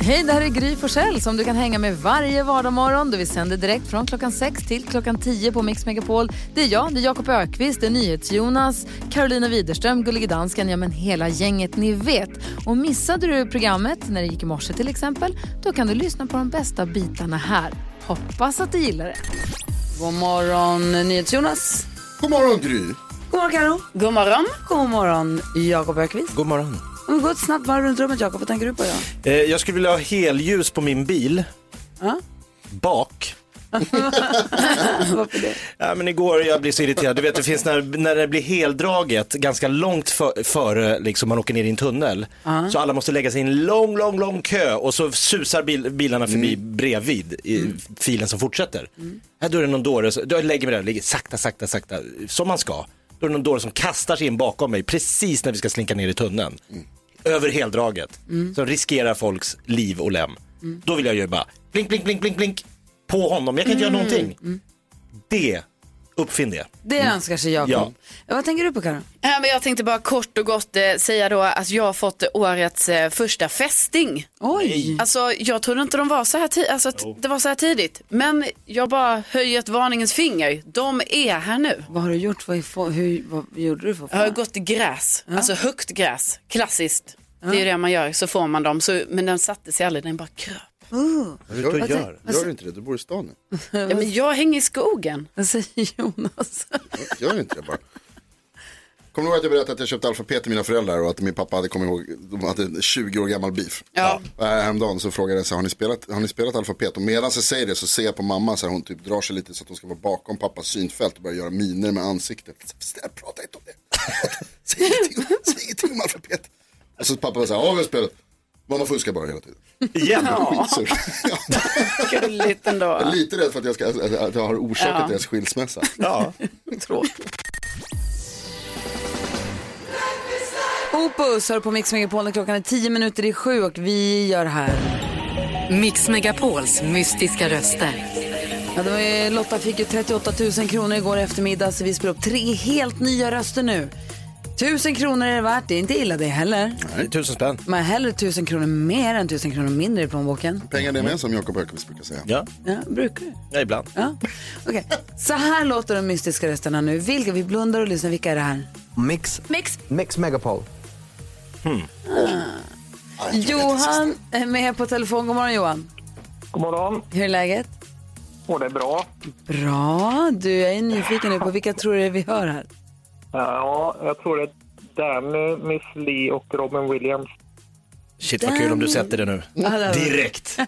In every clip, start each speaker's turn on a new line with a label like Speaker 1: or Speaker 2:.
Speaker 1: Hej, det här är Gry Forssell som du kan hänga med varje vardagsmorgon. Vi sänder direkt från klockan 6 till klockan 10 på Mix Megapol. Det är jag, det är Jakob Ökvist, det är NyhetsJonas, Carolina Widerström, Gullige Dansken, ja men hela gänget ni vet. Och missade du programmet när det gick i morse till exempel, då kan du lyssna på de bästa bitarna här. Hoppas att du gillar det. God morgon NyhetsJonas.
Speaker 2: God morgon Gry.
Speaker 3: God morgon Karo.
Speaker 1: God morgon.
Speaker 3: God morgon Jakob Ökvist.
Speaker 4: God morgon.
Speaker 3: Om vi går ett snabbt varv runt rummet Jakob, vad tänker du på idag?
Speaker 4: Eh, jag skulle vilja ha helljus på min bil.
Speaker 3: Ja?
Speaker 4: Bak.
Speaker 3: Varför det?
Speaker 4: Ja, men igår jag blev så irriterad. Du vet det finns när, när det blir heldraget ganska långt för, före liksom, man åker ner i en tunnel. Så alla måste lägga sig i en lång, lång, lång kö och så susar bil, bilarna förbi bredvid i filen som fortsätter. Här då är det någon dåre, som- då lägger mig där och ligger sakta, sakta, sakta som man ska. Då är det någon dåre som kastar sig in bakom mig precis när vi ska slinka ner i tunneln. Över heldraget. Som riskerar folks liv och lem. Då vill jag ju bara blink, blink, blink, blink, blink på honom. Jag kan inte göra någonting. Det, uppfinn det.
Speaker 3: Det önskar sig Jakob.
Speaker 4: Ja.
Speaker 3: Ja, Vad tänker du på Karo?
Speaker 5: Ja, men jag tänkte bara kort och gott eh, säga då att jag har fått årets eh, första fästing.
Speaker 3: Oj!
Speaker 5: Alltså jag trodde inte de var så här, ti- alltså, att det var så här tidigt. Men jag bara höjer ett varningens finger. De är här nu.
Speaker 3: Vad har du gjort? Vad, är få- hur, vad gjorde du för att få?
Speaker 5: Jag har gått i gräs, alltså högt gräs, klassiskt. Det är ju det man gör, så får man dem. Så, men den satte sig aldrig, den bara kröp.
Speaker 2: Gör, gör,
Speaker 4: och gör.
Speaker 2: gör inte det, du bor i stan nu.
Speaker 5: Ja, men jag hänger i skogen.
Speaker 3: Vad säger Jonas?
Speaker 2: Gör inte det bara. Kommer du ihåg att jag berättade att jag köpte alfabet till mina föräldrar och att min pappa hade kommit ihåg, de hade en 20 år gammal beef.
Speaker 5: Ja.
Speaker 2: Och här Häromdagen så frågade jag så här, har ni spelat, har ni spelat alfabet? Och medan jag säger det så ser jag på mamma så här, hon typ drar sig lite så att hon ska vara bakom pappas synfält och börjar göra miner med ansiktet. Snälla prata inte om det. Säg ingenting, säg ingenting om alfabet. Och så pappa var så här, ja vi har spelat. Mamma fuskar bara hela tiden.
Speaker 4: Igen.
Speaker 2: Skitsur. Ja.
Speaker 5: Gulligt
Speaker 2: Jag är
Speaker 5: ändå.
Speaker 2: lite rädd för att jag, ska, att- att jag har orsakat deras skilsmässa.
Speaker 4: Ja.
Speaker 3: Opus hör på Mix Megapol när klockan är tio minuter i sju och vi gör här.
Speaker 6: Mix Megapols mystiska röster.
Speaker 3: Ja, det var ju, Lotta fick ju 38 000 kronor igår eftermiddag så vi spelar upp tre helt nya röster nu. Tusen kronor är det värt, det är inte illa det heller.
Speaker 4: Nej, Tusen spänn.
Speaker 3: Man har hellre tusen kronor mer än tusen kronor mindre i plånboken.
Speaker 2: Pengar det med som Jakob Högqvist brukar säga.
Speaker 4: Ja,
Speaker 3: Ja, brukar du?
Speaker 4: ja ibland.
Speaker 3: Ja. Okej. Så här låter de mystiska rösterna nu. Vilka, vi blundar och lyssnar. Vilka är det här?
Speaker 7: Mix. Mix. Mix Megapol.
Speaker 3: Johan är med på telefon. God morgon Johan.
Speaker 8: God morgon.
Speaker 3: Hur är läget?
Speaker 8: Och det är bra.
Speaker 3: Bra. Du, jag är nyfiken nu på vilka tror du vi hör här?
Speaker 8: Ja, jag tror det är Danny, Miss Lee och Robin Williams.
Speaker 4: Shit vad kul om du sätter det nu.
Speaker 3: Alla-
Speaker 4: Direkt.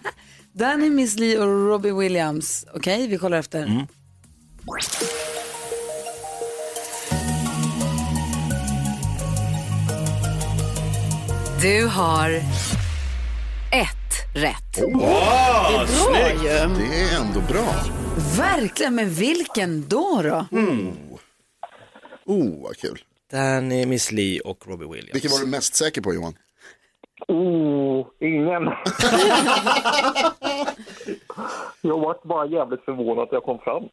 Speaker 3: Danny, Miss Li och Robbie Williams. Okej, vi kollar efter.
Speaker 6: Du har ett rätt.
Speaker 5: Bra ju.
Speaker 2: Det är ändå bra.
Speaker 3: Verkligen, men vilken då? då?
Speaker 2: Oh, vad kul.
Speaker 4: Danny, Miss Li och Robbie Williams.
Speaker 2: Vilken var du mest säker på Johan?
Speaker 8: Oh, ingen. jag vart bara jävligt förvånad att jag kom fram.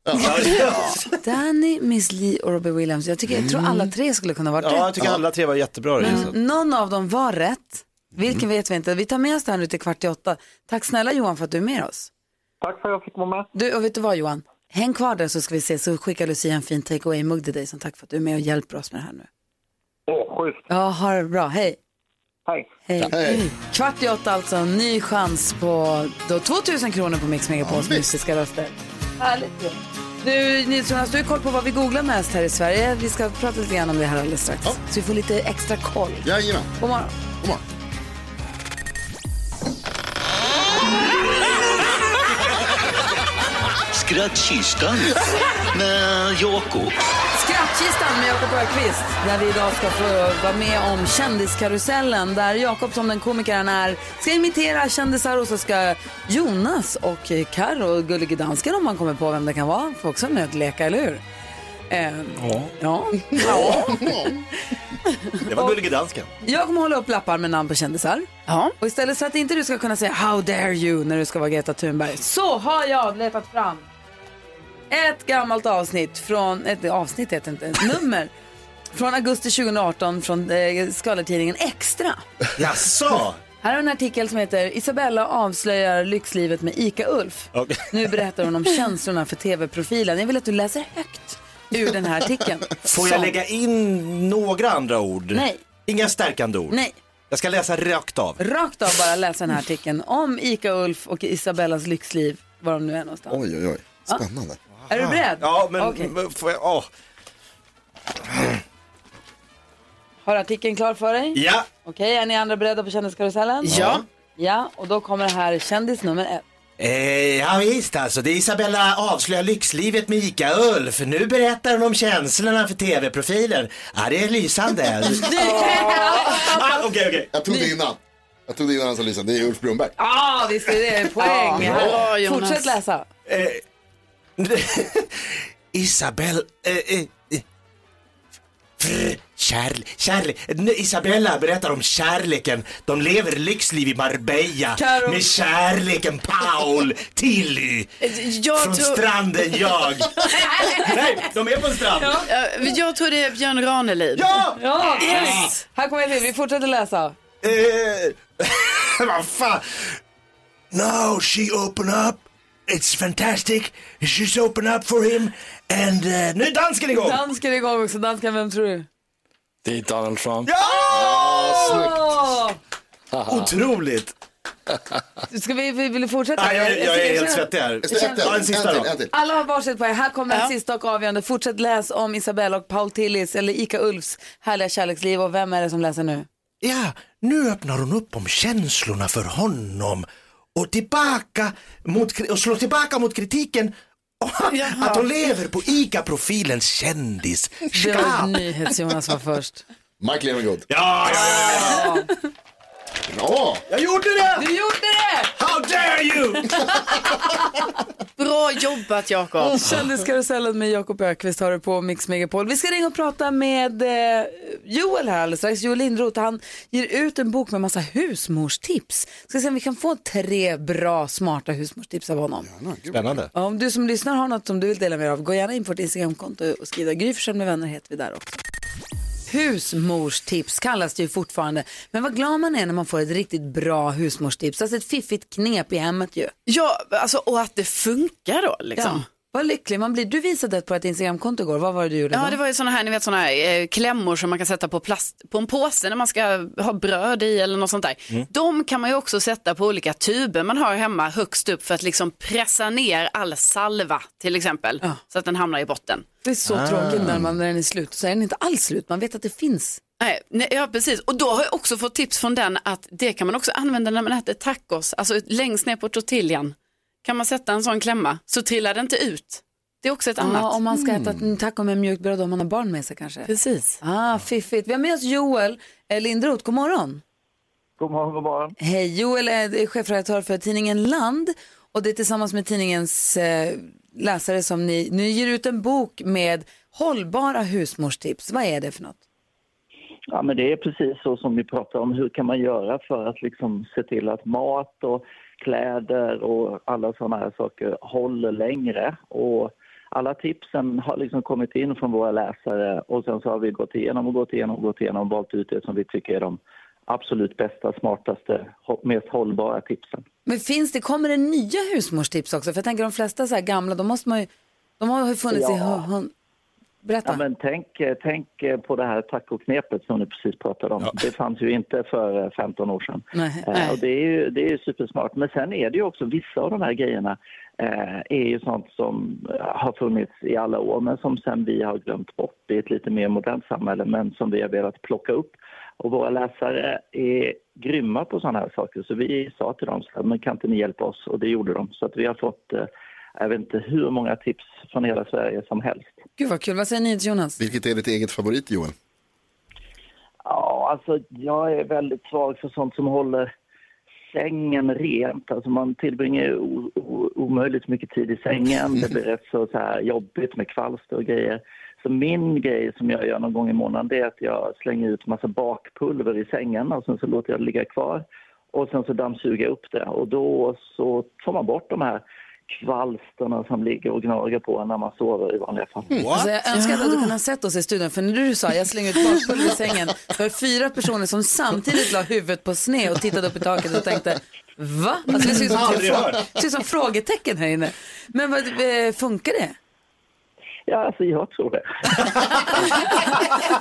Speaker 3: Danny, Miss Li och Robbie Williams. Jag, tycker, jag tror alla tre skulle kunna vara
Speaker 4: Ja, jag
Speaker 3: rätt.
Speaker 4: tycker alla tre var jättebra.
Speaker 3: Men
Speaker 4: Mm.
Speaker 3: någon av dem var rätt. Vilken vet vi inte. Vi tar med oss det här nu till kvart i åtta. Tack snälla Johan för att du är med oss.
Speaker 8: Tack för att jag fick vara med.
Speaker 3: Du, och vet du vad Johan? Häng kvar där så ska vi se, så skickar Lucia en fin take away-mugg till dig som tack för att du är med och hjälper oss med det här nu.
Speaker 8: Åh, schysst.
Speaker 3: Ja, ha det bra. Hej.
Speaker 8: Hej.
Speaker 3: Hej.
Speaker 2: Hej.
Speaker 3: Eh, Kvart i åtta alltså, en ny chans på då, 2000 kronor på Mix Megapols
Speaker 2: Ja, visst.
Speaker 3: mystiska röster. Härligt ju. Du, Nils-Jonas, du har koll på vad vi googlar mest här i Sverige. Vi ska prata lite grann om det här alldeles strax.
Speaker 2: Ja.
Speaker 3: Så vi får lite extra koll.
Speaker 2: Jajamän,
Speaker 3: God morgon.
Speaker 2: kom on.
Speaker 9: Skrattkistan med Jakob.
Speaker 3: Skrattkistan med Jakob Ökvist där vi idag ska få vara med om kändiskarusellen där Jakob som den komiker han är ska imitera kändisar och så ska Jonas och Karo och Gullige Dansken om man kommer på vem det kan vara få också med att leka, eller hur? Eh, ja. ja.
Speaker 4: Det var Gullige Dansken.
Speaker 3: Jag kommer hålla upp lappar med namn på kändisar.
Speaker 5: Ja.
Speaker 3: Och istället för att inte du ska kunna säga How dare you när du ska vara Greta Thunberg så har jag letat fram ett gammalt avsnitt från, ett avsnitt heter inte, ett nummer från augusti 2018 från eh, skvallertidningen Extra.
Speaker 4: Jaså?
Speaker 3: Här har en artikel som heter Isabella avslöjar lyxlivet med ICA-Ulf.
Speaker 4: Okej.
Speaker 3: Nu berättar hon om känslorna för tv-profilen. Jag vill att du läser högt ur den här artikeln.
Speaker 4: Får jag
Speaker 3: Som-
Speaker 4: lägga in några andra ord?
Speaker 3: Nej.
Speaker 4: Inga stärkande ord?
Speaker 3: Nej.
Speaker 4: Jag ska läsa rakt av.
Speaker 3: Rakt av bara läsa den här artikeln om ICA-Ulf och Isabellas lyxliv, var de nu är någonstans.
Speaker 2: Oj, oj, oj. Spännande.
Speaker 3: Är du beredd?
Speaker 4: Ah. Ja, men
Speaker 3: Okej.
Speaker 4: men får jag, åh.
Speaker 3: Har artikeln klar för dig?
Speaker 4: Ja,
Speaker 3: Okej, är ni andra beredda på kändiskarusellen?
Speaker 5: Ja.
Speaker 3: Ja, och då kommer här kändis nummer ett.
Speaker 4: Eh, ja visst alltså, det är Isabella avslöjar lyxlivet med ICA-Ulf. Nu berättar hon om känslorna för TV-profilen. Ja, det är lysande. ah, okej, okej.
Speaker 2: Jag tog det innan. Jag tog det innan han sa Lisa. Det är Ulf Brunnberg.
Speaker 3: Ja, visst är det poäng.
Speaker 5: Bra, Jonas.
Speaker 3: Fortsätt läsa.
Speaker 4: Isabel... Eh, eh, eh. Fr- Kärl, kärlek. Isabella berättar om kärleken. De lever lyxliv i Marbella
Speaker 3: Karo-
Speaker 4: med kärleken Paul Tilly.
Speaker 5: Jag
Speaker 4: Från
Speaker 5: tror,
Speaker 4: stranden jag. Nej, de är på en strand.
Speaker 5: eh, jag tror det är Björn Ranelid.
Speaker 4: Ja!
Speaker 3: Ja, yes. Här kommer jag till. Vi fortsätter läsa.
Speaker 4: Eh, vad fan. Now she open up. It's fantastic. She's open up for him. And eh, nu är dansken igång!
Speaker 3: Dansken är igång också. Dansken, vem tror du?
Speaker 10: Det är Donald Trump.
Speaker 3: Åh!
Speaker 4: Otroligt!
Speaker 3: Ska vi, vi vill fortsätta?
Speaker 4: Nej, jag, jag är helt svettig här.
Speaker 2: Just det, En till,
Speaker 4: Ja, en
Speaker 2: en
Speaker 4: sista
Speaker 2: till,
Speaker 4: då.
Speaker 2: en till.
Speaker 3: Alla har varsitt poäng. Här kommer
Speaker 5: Ja.
Speaker 3: en sista och avgörande. Fortsätt läs om Isabella och Paul Tillis eller Ika Ulfs härliga kärleksliv. Och vem är det som läser nu?
Speaker 4: Ja, nu öppnar hon upp om känslorna för honom och, tillbaka mot, och slår tillbaka mot kritiken att hon lever på ICA-profilens kändis.
Speaker 3: Det var
Speaker 4: Ja,
Speaker 3: NyhetsJonas var först.
Speaker 2: Mike Levengood.
Speaker 4: ja, ja, ja.
Speaker 2: Bra!
Speaker 4: Jag gjorde det!
Speaker 3: Du gjorde det!
Speaker 4: How dare you!
Speaker 5: Bra jobbat Jakob.
Speaker 3: Mm. Kändiskarusellen med Jakob Ökvist har du på Mix Megapol. Vi ska ringa och prata med eh, Joel här alldeles strax. Joel Lindroth, han ger ut en bok med massa husmorstips. Ska se om vi kan få tre bra smarta husmorstips av honom.
Speaker 4: Spännande.
Speaker 3: Ja, Om du som lyssnar har något som du vill dela med dig av, gå gärna in på vårt Instagramkonto och skriv där. Gry Forssell med vänner heter vi där också. Husmorstips kallas det ju fortfarande. Men vad glad man är när man får ett riktigt bra husmorstips. Alltså ett fiffigt knep i hemmet ju.
Speaker 5: Ja, alltså, och att det funkar då
Speaker 3: Ja.
Speaker 5: liksom.
Speaker 3: Vad lycklig man blir. Du visade ett på ett Instagramkonto igår. Vad var det du gjorde
Speaker 5: Ja,
Speaker 3: då?
Speaker 5: det var ju sådana här, ni vet sådana här eh, klämmor som man kan sätta på, plast, på en påse när man ska ha bröd i eller något sånt där.
Speaker 3: Mm.
Speaker 5: De kan man ju också sätta på olika tuber man har hemma högst upp för att liksom pressa ner all salva till exempel så att den hamnar i botten.
Speaker 3: Det är så tråkigt när, man, när den är slut. Så är den inte alls slut. Man vet att det finns.
Speaker 5: Nej, nej, ja precis, och då har jag också fått tips från den att det kan man också använda när man äter tacos, alltså längst ner på tortillan kan man sätta en sån klämma så trillar det inte ut. Det är också ett annat.
Speaker 3: Ja, om man ska äta ett taco med mjukt bröd om man har barn med sig kanske.
Speaker 5: Precis.
Speaker 3: Ah, fiffigt. Vi har med oss Joel eh, Lindroth. God morgon.
Speaker 8: God morgon, god morgon.
Speaker 3: Hej, Joel eh, är chefredaktör för tidningen Land och det är tillsammans med tidningens eh, läsare som ni, ni ger ut en bok med hållbara husmorstips. Vad är det för något?
Speaker 8: Ja, men det är precis så som ni pratar om. Hur kan man göra för att liksom se till att mat och kläder och alla sådana här saker håller längre? Och alla tipsen har liksom kommit in från våra läsare och sen så har vi gått igenom och gått igenom och gått igenom och valt ut det som vi tycker är de absolut bästa, smartaste, hå- mest hållbara tipsen.
Speaker 3: Men finns det, kommer det nya husmorstips också? För jag tänker de flesta så här gamla, de måste man ju, de har ju funnits i,
Speaker 8: Ja.
Speaker 3: hon, hon, berätta.
Speaker 8: Ja, men tänk, eh, tänk eh, på det här tacoknepet som du precis pratade om. Det fanns ju inte för eh, 15 år sedan.
Speaker 3: Nej,
Speaker 8: Eh, Och det, är ju, det är ju supersmart. Men sen är det ju också vissa av de här grejerna eh, är ju sånt som eh, har funnits i alla år men som sen vi har glömt bort i ett lite mer modernt samhälle men som vi har velat plocka upp. Och våra läsare är grymma på sådana här saker så vi sa till dem så här, men kan inte ni hjälpa oss? Och det gjorde de. Så att vi har fått eh, jag vet inte hur många tips från hela Sverige som helst.
Speaker 3: Gud vad kul, vad säger ni till Jonas?
Speaker 2: Vilket är ditt eget favorit Joel?
Speaker 8: Ja, alltså jag är väldigt svag för sånt som håller sängen rent. Alltså man tillbringar ju o- o- omöjligt mycket tid i sängen. Det blir rätt så, så här jobbigt med kvalster och grejer. Så min grej som jag gör någon gång i månaden det är att jag slänger ut massa bakpulver i sängen och sen så låter jag det ligga kvar. Och sen så dammsuger jag upp det och då så får man bort de här kvalsterna som ligger och gnager på en när man sover i vanliga fall.
Speaker 3: Alltså, jag önskar att du hade kunnat sett oss i studion för när du sa jag slänger ut bakpulver i sängen var det fyra personer som samtidigt la huvudet på sned och tittade upp i taket och tänkte va? Alltså, det ser ut som,
Speaker 8: Aldrig
Speaker 3: frå-
Speaker 8: hört.
Speaker 3: det ser ut som frågetecken här inne. Men vad, eh, funkar det?
Speaker 8: Ja, alltså jag tror det.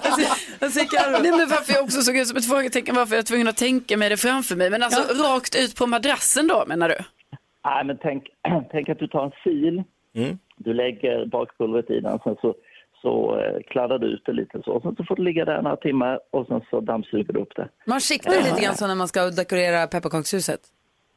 Speaker 5: Nej, men varför jag också såg ut som ett frågetecken, varför jag var tvungen att tänka mig det framför mig. Men alltså rakt ut på madrassen då menar du?
Speaker 8: Nej, men tänk, tänk att du tar en fil, du lägger bakpulvret i den, sen så, så eh, kladdar du ut det lite så. Sen så får det ligga där några timmar och sen så dammsuger du upp det.
Speaker 3: Man siktar lite grann så när man ska dekorera pepparkakshuset.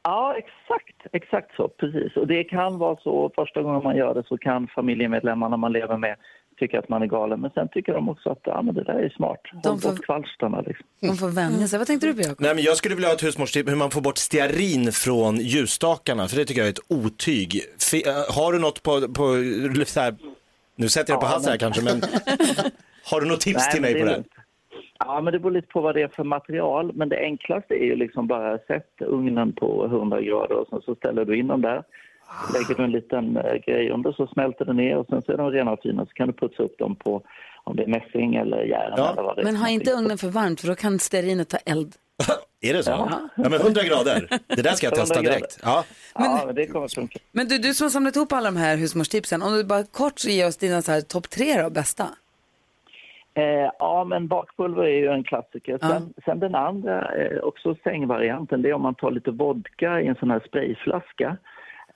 Speaker 8: Ja, exakt. Exakt så, precis. Och det kan vara så, första gången man gör det så kan familjemedlemmarna man lever med tycka att man är galen, men sen tycker de också att ja, men det där är smart. Håll bort kvalsterna liksom.
Speaker 3: De får vänja sig. Vad tänkte du på Jakob?
Speaker 4: Nej, men jag skulle vilja ha ett husmorstips hur man får bort stearin från ljusstakarna, för det tycker jag är ett otyg. Fe- äh, har du något på, på så här, nu sätter jag det på
Speaker 8: Ja,
Speaker 4: halsen här
Speaker 8: men-
Speaker 4: kanske, men har du något tips
Speaker 8: Nej,
Speaker 4: till
Speaker 8: men
Speaker 4: mig på
Speaker 8: det är
Speaker 4: det? här?
Speaker 8: lugnt. Ja, men det beror lite på vad det är för material. Men det enklaste är ju liksom bara sätt ugnen på 100 grader och sen så ställer du in dem där. Lägger du en liten eh, grej under så smälter det ner och sen så är de rena och fina. Så kan du putsa upp dem på om det är mässing eller järn eller vad det är.
Speaker 3: Men ha
Speaker 8: för
Speaker 3: inte ugnen för varmt för då kan stearinet ta eld.
Speaker 4: Är det så? Ja. men 100 grader. Det där ska jag
Speaker 8: 100
Speaker 4: testa
Speaker 8: grader.
Speaker 4: direkt. Ja.
Speaker 8: någonting. Ja, men det kommer funka.
Speaker 3: Men du, du som har samlat ihop alla de här husmorstipsen, om du bara kort ger oss dina så här topp tre då, bästa.
Speaker 8: Eh, ja, men bakpulver är ju en klassiker. Sen, sen den andra, eh, också sängvarianten, det är om man tar lite vodka i en sån här sprayflaska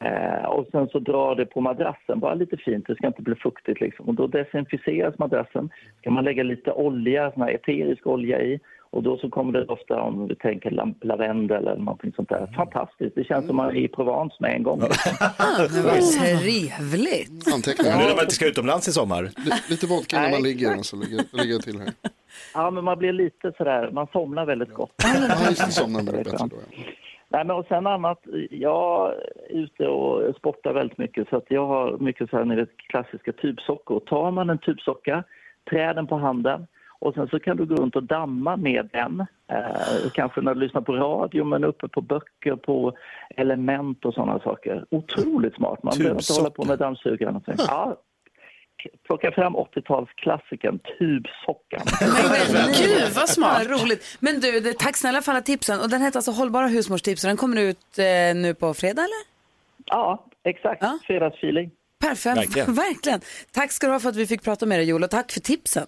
Speaker 8: eh, och sen så drar det på madrassen, bara lite fint, det ska inte bli fuktigt liksom. Och då desinficeras madrassen, ska man lägga lite olja, sån här eterisk olja i och då så kommer det ofta om vi tänker lam- lavendel eller någonting sånt där. Fantastiskt, det känns som man är i Provence med en
Speaker 2: Mm.
Speaker 8: gång.
Speaker 3: Vad trevligt.
Speaker 2: Anteckningar.
Speaker 4: Nu när man inte ska utomlands i sommar.
Speaker 2: Li- Lite vodka när man
Speaker 8: Nej,
Speaker 2: ligger, alltså, ligger, ligger jag till här.
Speaker 8: Ja, men man blir lite sådär, man somnar väldigt gott.
Speaker 2: Ja, just det, somnar med det bättre då. ja.
Speaker 8: Nej, men och sen annat, jag är ute och sportar väldigt mycket så att jag har mycket så här, ni vet, klassiska tubsockor. Tar man en tubsocka, trär den på handen och sen så kan du gå runt och damma med den. Eh, kanske när du lyssnar på radio men uppe på böcker, på element och sådana saker. Otroligt smart, man behöver inte hålla på med dammsugaren. och sånt. Ja, plocka fram 80-talsklassikern tubsockan.
Speaker 5: Gud vad smart.
Speaker 3: Vad roligt. Men du, det, tack snälla för alla tipsen. Och den heter alltså Hållbara husmorstips och den kommer ut eh, nu på fredag eller?
Speaker 8: Ja, exakt. Fredagsfeeling.
Speaker 3: Perfekt, verkligen.
Speaker 4: Verkligen.
Speaker 3: Tack ska du ha för att vi fick prata med dig Joel och tack för tipsen.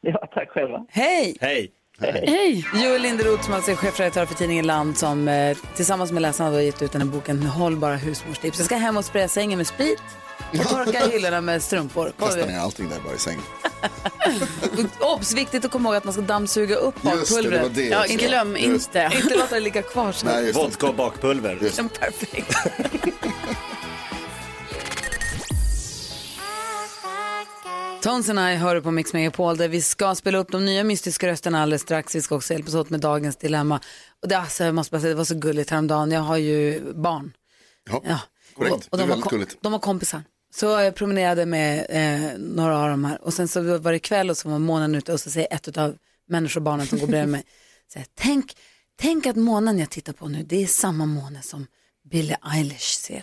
Speaker 8: Ja, tack själva.
Speaker 3: Hej!
Speaker 4: Hej.
Speaker 5: Hej.
Speaker 3: Joel Linderoth som alltså är chefredaktör för tidningen Land som eh, tillsammans med läsarna då har gett ut den här boken Hållbara husmorstips. Jag ska hem och spraya sängen med sprit och torka hyllorna med strumpor. Kom,
Speaker 2: Kasta
Speaker 3: vi-
Speaker 2: ner allting där bara i sängen.
Speaker 3: Obs! Viktigt att komma ihåg att man ska dammsuga upp
Speaker 2: Just det, det var
Speaker 3: bakpulvret.
Speaker 2: det
Speaker 5: Ja,
Speaker 2: också.
Speaker 5: glöm
Speaker 2: Just-
Speaker 5: inte.
Speaker 3: Inte låta det ligga kvar så.
Speaker 2: Nej, just det.
Speaker 4: Vodka och bakpulver.
Speaker 3: Perfekt. Tones and I hör du på Mix Megapol där vi ska spela upp de nya mystiska rösterna alldeles strax. Vi ska också hjälpas åt med dagens dilemma. Och det, alltså, jag måste bara säga, det var så gulligt häromdagen. Jag har ju barn.
Speaker 2: Ja, korrekt. det
Speaker 3: Och de,
Speaker 2: är
Speaker 3: var
Speaker 2: väldigt
Speaker 3: kom-
Speaker 2: gulligt.
Speaker 3: de var kompisar. Så jag promenerade med eh, några av dem här och sen så var det kväll och så var månen ute och så säger ett av människobarnen som går bredvid mig, så här, tänk, tänk att månen jag tittar på nu, det är samma måne som Billie Eilish ser.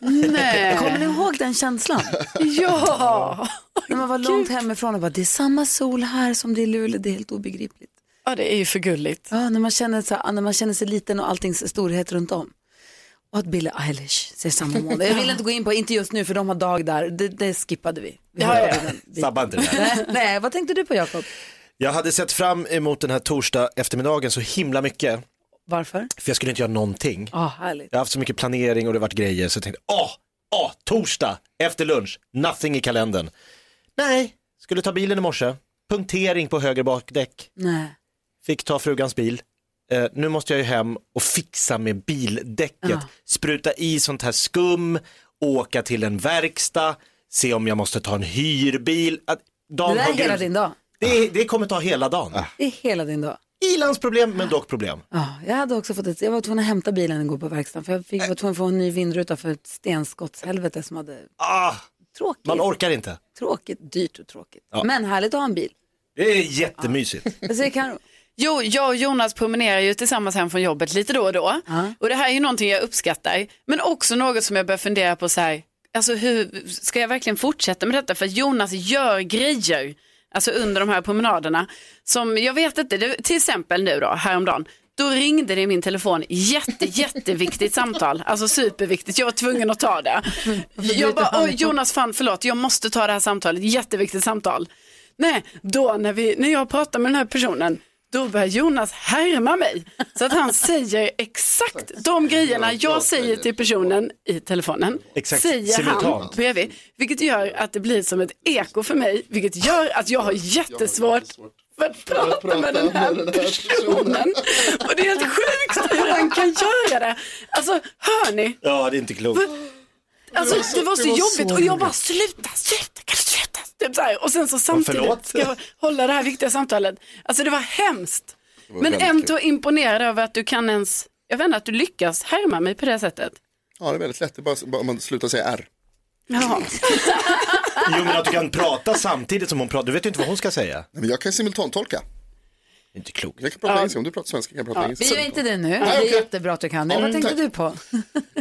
Speaker 3: Kommer
Speaker 5: Nej.
Speaker 3: ni ihåg den känslan?
Speaker 5: Ja.
Speaker 3: När man var långt hemifrån och bara, det är samma sol här som det är i Luleå, det är helt obegripligt.
Speaker 5: Ja det är ju för gulligt.
Speaker 3: Ja, när man känner, så här, när man känner sig liten och alltings storhet runt om. Och att Billie Eilish ser samma måne. Jag vill inte gå in på, inte just nu för de har dag där, det, det skippade vi. vi
Speaker 5: Ja, ja, ja.
Speaker 3: hoppade den biten.
Speaker 4: Sabba inte det där.
Speaker 3: Nej, Nej, vad tänkte du på Jakob?
Speaker 4: Jag hade sett fram emot den här torsdag eftermiddagen så himla mycket,
Speaker 3: Varför?
Speaker 4: för jag skulle inte göra någonting.
Speaker 3: Ja, härligt.
Speaker 4: Jag har haft så mycket planering och det har varit grejer så jag tänkte, åh, åh, torsdag efter lunch, nothing i kalendern. Nej, skulle ta bilen i morse, punktering på höger bakdäck,
Speaker 3: Nej.
Speaker 4: fick ta frugans bil. Eh, nu måste jag ju hem och fixa med bildäcket,
Speaker 3: Ja.
Speaker 4: spruta i sånt här skum, åka till en verkstad, se om jag måste ta en hyrbil. Att,
Speaker 3: Det
Speaker 4: dagen
Speaker 3: där är
Speaker 4: har
Speaker 3: hela
Speaker 4: gud-
Speaker 3: din dag.
Speaker 4: det, det kommer ta hela dagen.
Speaker 3: Det är hela din dag.
Speaker 4: Ilans problem, men dock problem.
Speaker 3: Ja, jag hade också fått ett, jag var tvungen att hämta bilen igår på verkstaden för jag fick, var tvungen att få en ny vindruta för ett stenskottshelvete som hade
Speaker 4: Ah,
Speaker 3: tråkigt,
Speaker 4: man orkar inte.
Speaker 3: tråkigt, dyrt och tråkigt. Men härligt att ha en bil.
Speaker 4: Det är jättemysigt.
Speaker 3: Ah. Vad säger Karo?
Speaker 5: Jo, jag och Jonas promenerar ju tillsammans hem från jobbet lite då och då. Och det här är ju någonting jag uppskattar. Men också något som jag börjar fundera på så här, alltså hur ska jag verkligen fortsätta med detta? För att Jonas gör grejer, alltså under de här promenaderna. Som jag vet inte, det, till exempel nu då, häromdagen. Då ringde det i min telefon, jätte, jätteviktigt samtal, alltså superviktigt, jag var tvungen att ta det. Jag bara, "Oj, Jonas fan förlåt, jag måste ta det här samtalet, jätteviktigt samtal. Nej, då när, vi, när jag pratar med den här personen, då börjar Jonas härma mig. Så att han säger exakt de grejerna jag säger till personen i telefonen.
Speaker 4: Exakt,
Speaker 5: Säger han
Speaker 4: simultant.
Speaker 5: bredvid. Vilket gör att det blir som ett eko för mig. Vilket gör att jag har jättesvårt för att prata med den här personen. Och det är helt sjukt hur han kan göra det. Alltså, hör ni?
Speaker 4: Ja, det är inte klokt.
Speaker 5: Alltså,
Speaker 4: Det var
Speaker 5: det, var
Speaker 4: så-
Speaker 5: så,
Speaker 4: det var så
Speaker 5: jobbigt och jag
Speaker 4: roligt.
Speaker 5: bara sluta, sluta, kan du sluta? Typ så här. Och sen så
Speaker 4: förlåt.
Speaker 5: samtidigt ska jag hålla det här viktiga samtalet. Alltså det var hemskt.
Speaker 2: Det var
Speaker 5: Men
Speaker 2: väldigt
Speaker 5: ändå imponerad över att du kan ens, jag vet inte, att du lyckas härma mig på det sättet.
Speaker 2: Ja, det är väldigt lätt. Det är bara, bara om man slutar säga R.
Speaker 5: Ja.
Speaker 4: Jo, men att du kan prata samtidigt som hon pratar. Du vet ju inte vad hon ska säga.
Speaker 2: Nej, men jag kan simultantolka.
Speaker 4: Det är inte klokt.
Speaker 2: Jag kan prata engelska. Om du pratar svenska kan jag prata engelska.
Speaker 3: Vi gör inte det nu. Det
Speaker 2: Nej,
Speaker 3: är
Speaker 2: okej.
Speaker 3: jättebra att du kan det.
Speaker 2: Ja,
Speaker 3: Vad tänkte
Speaker 2: tack.
Speaker 3: du på?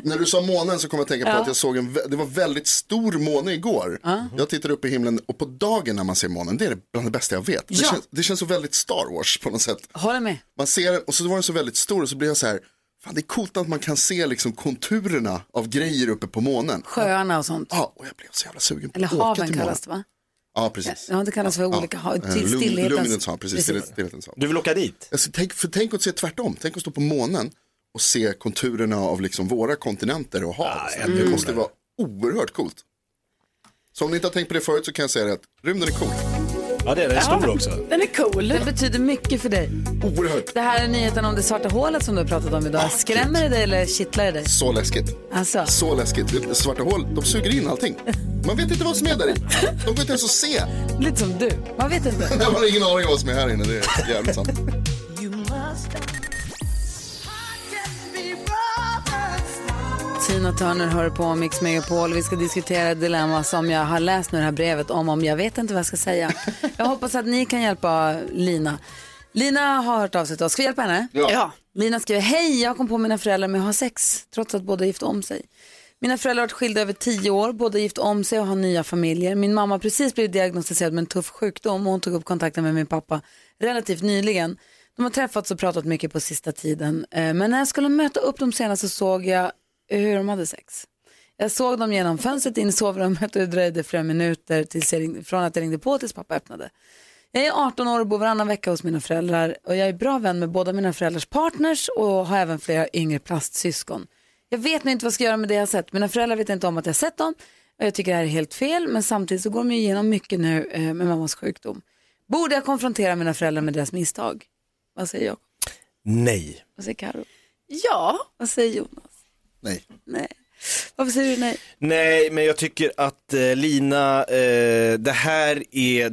Speaker 2: När du sa månen så kom jag att tänka på att jag såg en, vä- det var väldigt stor måne igår. Jag tittade upp i himlen och på dagen när man ser månen, det är det bland det bästa jag vet. Det,
Speaker 3: Ja.
Speaker 2: känns, det känns så väldigt Star Wars på något sätt.
Speaker 3: Håller med.
Speaker 2: Man ser den och så var den så väldigt stor och så blir jag så här, fan det är coolt att man kan se liksom konturerna av grejer uppe på månen.
Speaker 3: Sjöarna och sånt.
Speaker 2: Ja, och jag blev så jävla sugen på
Speaker 3: Eller
Speaker 2: att åka
Speaker 3: haven
Speaker 2: till månen.
Speaker 3: kallas det va?
Speaker 2: Ja, precis.
Speaker 3: Ja, det kallas för olika hav. Till
Speaker 2: Lugn- Lugnets
Speaker 3: stillhetens
Speaker 2: hav, precis. Stillhet- Stillhetens hav.
Speaker 4: Du vill åka dit?
Speaker 2: Alltså, tänk, för tänk att se tvärtom, tänk att stå på månen och se konturerna av liksom våra kontinenter och hav.
Speaker 4: ännu
Speaker 2: det
Speaker 4: coolare.
Speaker 2: måste vara oerhört coolt. Så om ni inte har tänkt på det förut så kan jag säga det att rymden är cool.
Speaker 4: Ja, det är det. Den är stor också.
Speaker 5: Den är cool.
Speaker 3: Det betyder mycket för dig.
Speaker 2: Oerhört.
Speaker 3: Det här är nyheten om det svarta hålet som du har pratat om idag. Skrämmer det dig eller kittlar det dig?
Speaker 2: Så läskigt.
Speaker 3: Alltså,
Speaker 2: Så läskigt. Det- Svarta hål, de suger in allting. Man vet inte vad som är där inne. De går inte ens att se.
Speaker 3: lite som du. Man vet inte.
Speaker 2: Man har ingen aning om vad som är här inne. Det är jävligt sant.
Speaker 3: Tina Turner hör på Mix Megapol. Vi ska diskutera ett dilemma som jag har läst nu i det här brevet om, om jag vet inte vad jag ska säga. Jag hoppas att ni kan hjälpa Lina. Lina har hört av sig till oss. Ska vi hjälpa henne?
Speaker 5: Ja.
Speaker 3: Lina skriver, hej, jag kom på mina föräldrar med att ha sex, trots att båda gift om sig. Mina föräldrar har varit skilda över tio år, båda gift om sig och har nya familjer. Min mamma har precis blivit diagnostiserad med en tuff sjukdom och hon tog upp kontakten med min pappa relativt nyligen. De har träffats och pratat mycket på sista tiden, Eh, men när jag skulle möta upp dem senast så såg jag hur de hade sex. Jag såg dem genom fönstret in i sovrummet och det dröjde flera minuter tills jag ringde, från att jag ringde på tills pappa öppnade. Jag är 18 år och bor varannan vecka hos mina föräldrar och jag är bra vän med båda mina föräldrars partners och har även flera yngre plastsyskon. Jag vet nu inte vad jag ska göra med det jag har sett. Mina föräldrar vet inte om att jag har sett dem och jag tycker det här är helt fel men samtidigt så går de ju igenom mycket nu eh, med mammas sjukdom. Borde jag konfrontera mina föräldrar med deras misstag? Vad säger jag?
Speaker 4: Nej.
Speaker 3: Vad säger Karo?
Speaker 5: Ja,
Speaker 3: Vad säger Jonas?
Speaker 2: Nej.
Speaker 3: Nej. Varför säger du nej?
Speaker 4: Nej, men jag tycker att eh, Lina, eh, det här är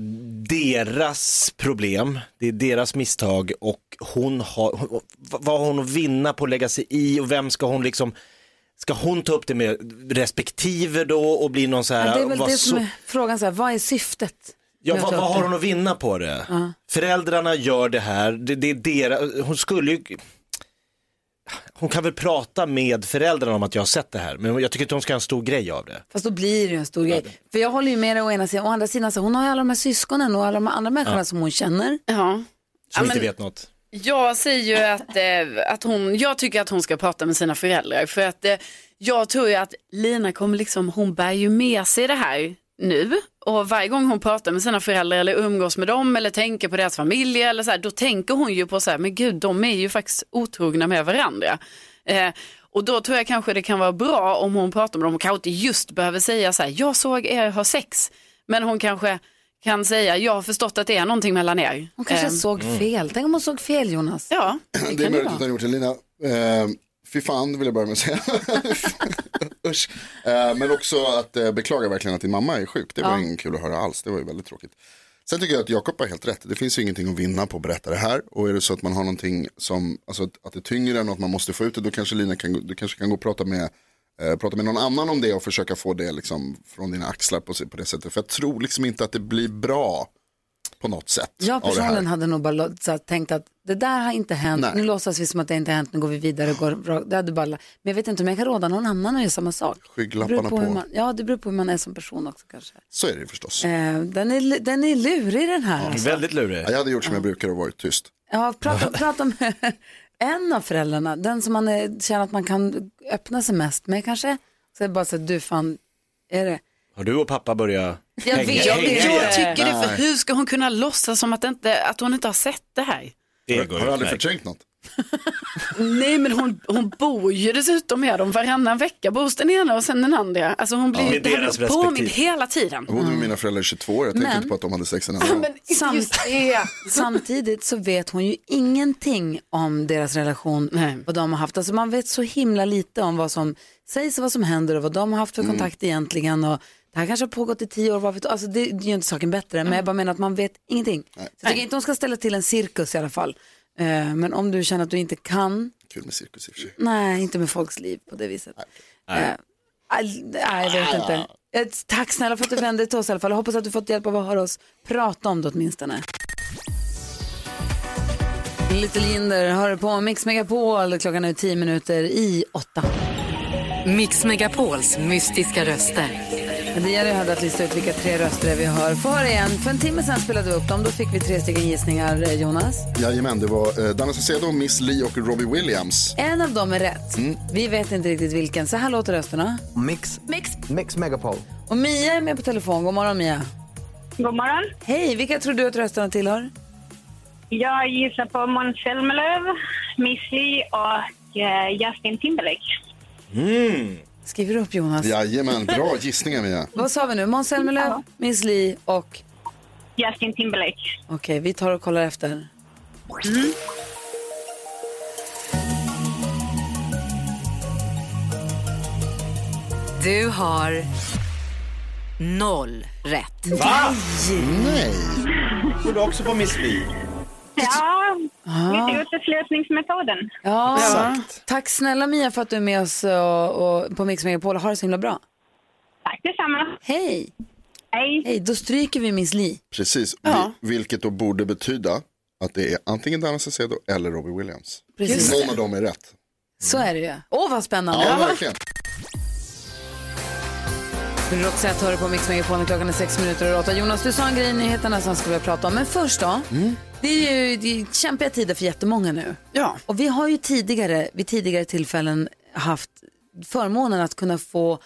Speaker 4: deras problem, det är deras misstag och hon har, hon, vad har hon att vinna på att lägga sig i och vem ska hon liksom, ska hon ta upp det med respektive då och bli någon så här,
Speaker 3: Ja, det är väl
Speaker 4: Äh, vad
Speaker 3: det som
Speaker 4: så-
Speaker 3: är frågan, så här, vad är syftet?
Speaker 4: Ja,
Speaker 3: med att
Speaker 4: vad,
Speaker 3: ta upp
Speaker 4: vad har
Speaker 3: det?
Speaker 4: hon att vinna på det? Föräldrarna gör det här, det, det är deras, hon skulle ju... Hon kan väl prata med föräldrarna om att jag har sett det här, men jag tycker inte hon ska ha en stor grej av det.
Speaker 3: Fast då blir det ju en stor grej. För jag håller ju med dig å ena sidan. Å andra sidan, så hon har ju alla de här syskonen och alla de här andra människorna som hon känner.
Speaker 5: ja.
Speaker 4: Som
Speaker 5: men-
Speaker 4: inte vet något.
Speaker 5: Jag säger ju att, eh, att hon, jag tycker att hon ska prata med sina föräldrar för att eh, jag tror ju att Lina kommer liksom, hon bär ju med sig det här nu och varje gång hon pratar med sina föräldrar eller umgås med dem eller tänker på deras familj eller så här, då tänker hon ju på så här, men gud de är ju faktiskt otrogna med varandra. Eh, och då tror jag kanske det kan vara bra om hon pratar med dem och kanske inte just behöver säga så här, jag såg er ha sex, men hon kanske kan säga, jag har förstått att det är någonting mellan er.
Speaker 3: Hon kanske
Speaker 5: Eh,
Speaker 3: såg
Speaker 4: Mm.
Speaker 3: fel. Tänk om hon såg fel Jonas.
Speaker 5: Ja.
Speaker 2: Det,
Speaker 3: kan
Speaker 2: är
Speaker 3: det
Speaker 2: möjligt
Speaker 3: vara.
Speaker 2: att du har gjort det Lina. Uh, fy fan, det vill jag börja med att säga. Usch. Eh, men också att uh, beklaga verkligen att din mamma är sjuk. Det var ingen kul att höra alls. Det var ju väldigt tråkigt. Sen tycker jag att Jakob har helt rätt. Det finns ju ingenting att vinna på att berätta det här. Och är det så att man har någonting som, alltså att, att det tynger en och att man måste få ut det, då kanske Lina kan, gå- du kanske kan gå och prata med, eh, prata med någon annan om det och försöka få det liksom från dina axlar på, på det sättet. För jag tror liksom inte att det blir bra på något sätt.
Speaker 3: Jag
Speaker 2: av det här.
Speaker 3: personligen hade nog bara lo- så här, tänkt att det där har inte hänt,
Speaker 2: Nej.
Speaker 3: nu låtsas vi som att det inte har hänt, nu går vi vidare. och Går, bra. det hade bara, men jag vet inte om jag kan råda någon annan att göra samma sak. Det beror
Speaker 2: Skygglapparna
Speaker 3: på
Speaker 2: på.
Speaker 3: hur man, ja, det beror på hur man är som person också kanske.
Speaker 2: Så är det ju förstås.
Speaker 3: Eh, den, är, lu- den är lurig den här. alltså.
Speaker 4: Väldigt lurig.
Speaker 2: Ja, jag hade gjort som jag brukar och varit tyst.
Speaker 3: Ja, prata, prata med en av föräldrarna, den som man är, känner att man kan öppna sig mest med kanske. Så är det bara så att du fan, är det?
Speaker 4: Har du och pappa börjat
Speaker 3: Jag
Speaker 4: hänga-
Speaker 3: vet, jag
Speaker 4: hänga
Speaker 3: vet.
Speaker 4: igen?
Speaker 5: Jag tycker det, för
Speaker 2: Nej.
Speaker 5: hur ska hon kunna låtsas som att, det inte, att hon inte har sett det här?
Speaker 4: Det går
Speaker 2: Har du
Speaker 4: ju
Speaker 2: aldrig
Speaker 4: utmärkt.
Speaker 2: förträngt något?
Speaker 5: Nej men hon, hon bor ju dessutom med dem varannan vecka, bor hos den ena och sen den andra. Alltså hon blir
Speaker 4: Ja.
Speaker 5: ju
Speaker 4: Med deras
Speaker 5: ja. påmind
Speaker 4: respektive.
Speaker 5: hela tiden.
Speaker 2: Jag bodde med mina föräldrar i 22 år, jag tänkte
Speaker 3: Men-
Speaker 2: inte på att de hade sex en
Speaker 5: Ja,
Speaker 2: annan gång.
Speaker 5: Men inte just
Speaker 3: Samt-
Speaker 5: det.
Speaker 3: Samtidigt så vet hon ju ingenting om deras relation,
Speaker 5: Nej.
Speaker 3: vad de har haft. Alltså man vet så himla lite om vad som sägs och vad som händer och vad de har haft för kontakt egentligen. Och det här kanske har pågått i tio år, vad vet du? Alltså det gör ju inte saken bättre, men jag bara menar att man vet ingenting. Så jag tycker inte hon ska ställa till en cirkus i alla fall. Eh, Men om du känner att du inte kan,
Speaker 2: Kul med cirkus i och för sig.
Speaker 3: nej, inte med folks liv på det viset. Nej, nej jag vet inte. Eh, Tack snälla för att du vände dig till oss i alla fall. Jag hoppas att du fått hjälp av att höra oss prata om det åtminstone. Little Jinder hör på Mix Megapol. Klockan är tio minuter i åtta.
Speaker 6: Mix Megapols mystiska röster.
Speaker 3: Men Det gäller ju här att lista ut vilka tre röster det är vi hör. Få höra igen. För en timme sedan spelade vi upp dem. Då fick vi tre stycken gissningar, eh, Jonas.
Speaker 2: Jajamän, det var eh, Danne Saucedo, Miss Li och Robbie Williams.
Speaker 3: En av dem är rätt. Vi vet inte riktigt vilken. Så här låter rösterna.
Speaker 7: Mix. Mix. Mix Megapol.
Speaker 3: Och Mia är med på telefon. God morgon Mia.
Speaker 11: God morgon.
Speaker 3: Hej, vilka tror du att rösterna tillhör?
Speaker 11: Jag gissar på Måns Zelmerlöw, Miss Li och eh, Justin Timberlake.
Speaker 3: Skriver du upp Jonas?
Speaker 2: Jajamän, bra gissningar Mia.
Speaker 3: Vad sa vi nu? Måns Zelmerlöw, Miss Li och...
Speaker 11: Justin Timberlake.
Speaker 3: Okej, vi tar och kollar efter.
Speaker 11: Mm.
Speaker 6: Du har noll rätt.
Speaker 4: Va?
Speaker 2: Nej,
Speaker 4: Går du också på Miss Li?
Speaker 11: Ja, lite uteslutningsmetoden.
Speaker 3: Ja.
Speaker 4: Exakt.
Speaker 3: Tack snälla Mia för att du är med oss och, och på Mix Megapol. Ha det så himla bra.
Speaker 11: Tack detsamma.
Speaker 3: Hej!
Speaker 11: Hej.
Speaker 3: Hej, då stryker vi Miss Li.
Speaker 2: precis. Vi, vilket då borde betyda att det är antingen Danne Saucedo eller Robbie Williams.
Speaker 3: Precis.
Speaker 2: Någon av dem är rätt.
Speaker 3: Så är det ju. Åh, vad spännande.
Speaker 2: Ja, verkligen.
Speaker 3: Roxette hör på Mix Megapol när klockan är sex minuter över åtta. Jonas, du sa en grej i nyheterna som ska vi prata om. Men först då. Det är ju det är kämpiga tider för jättemånga nu.
Speaker 5: Ja.
Speaker 3: Och vi har ju tidigare, vid tidigare tillfällen haft förmånen att kunna få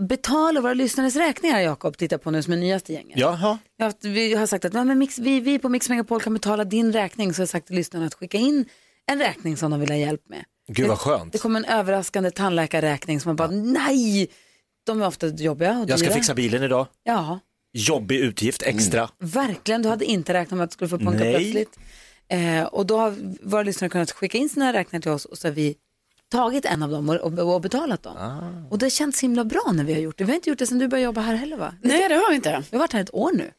Speaker 3: betala våra lyssnares räkningar, Jakob, titta på nu som är nyaste gänget.
Speaker 4: Jaha.
Speaker 3: Jag har haft- vi har sagt att "Ja, men Mix, vi, vi på Mix Megapol kan betala din räkning, så jag har sagt till lyssnarna att skicka in en räkning som de vill ha hjälp med.
Speaker 4: Gud vad
Speaker 3: Det
Speaker 4: skönt.
Speaker 3: kom en överraskande tandläkarräkning som man bara, nej! De är ofta jobbiga och
Speaker 4: Jag ska
Speaker 3: dyra.
Speaker 4: fixa bilen idag.
Speaker 3: Ja,
Speaker 4: Jobbig utgift extra.
Speaker 3: verkligen. Du hade inte räknat med att du skulle få punka
Speaker 4: Nej.
Speaker 3: plötsligt. Eh, och då har våra lyssnare kunnat skicka in sina räkningar till oss och så har vi tagit en av dem och, och, och betalat dem.
Speaker 4: Ah.
Speaker 3: Och det känns himla bra när vi har gjort det. Vi har inte gjort det sedan du började jobba här heller va?
Speaker 5: Nej det har vi inte.
Speaker 3: Vi har varit här ett år nu.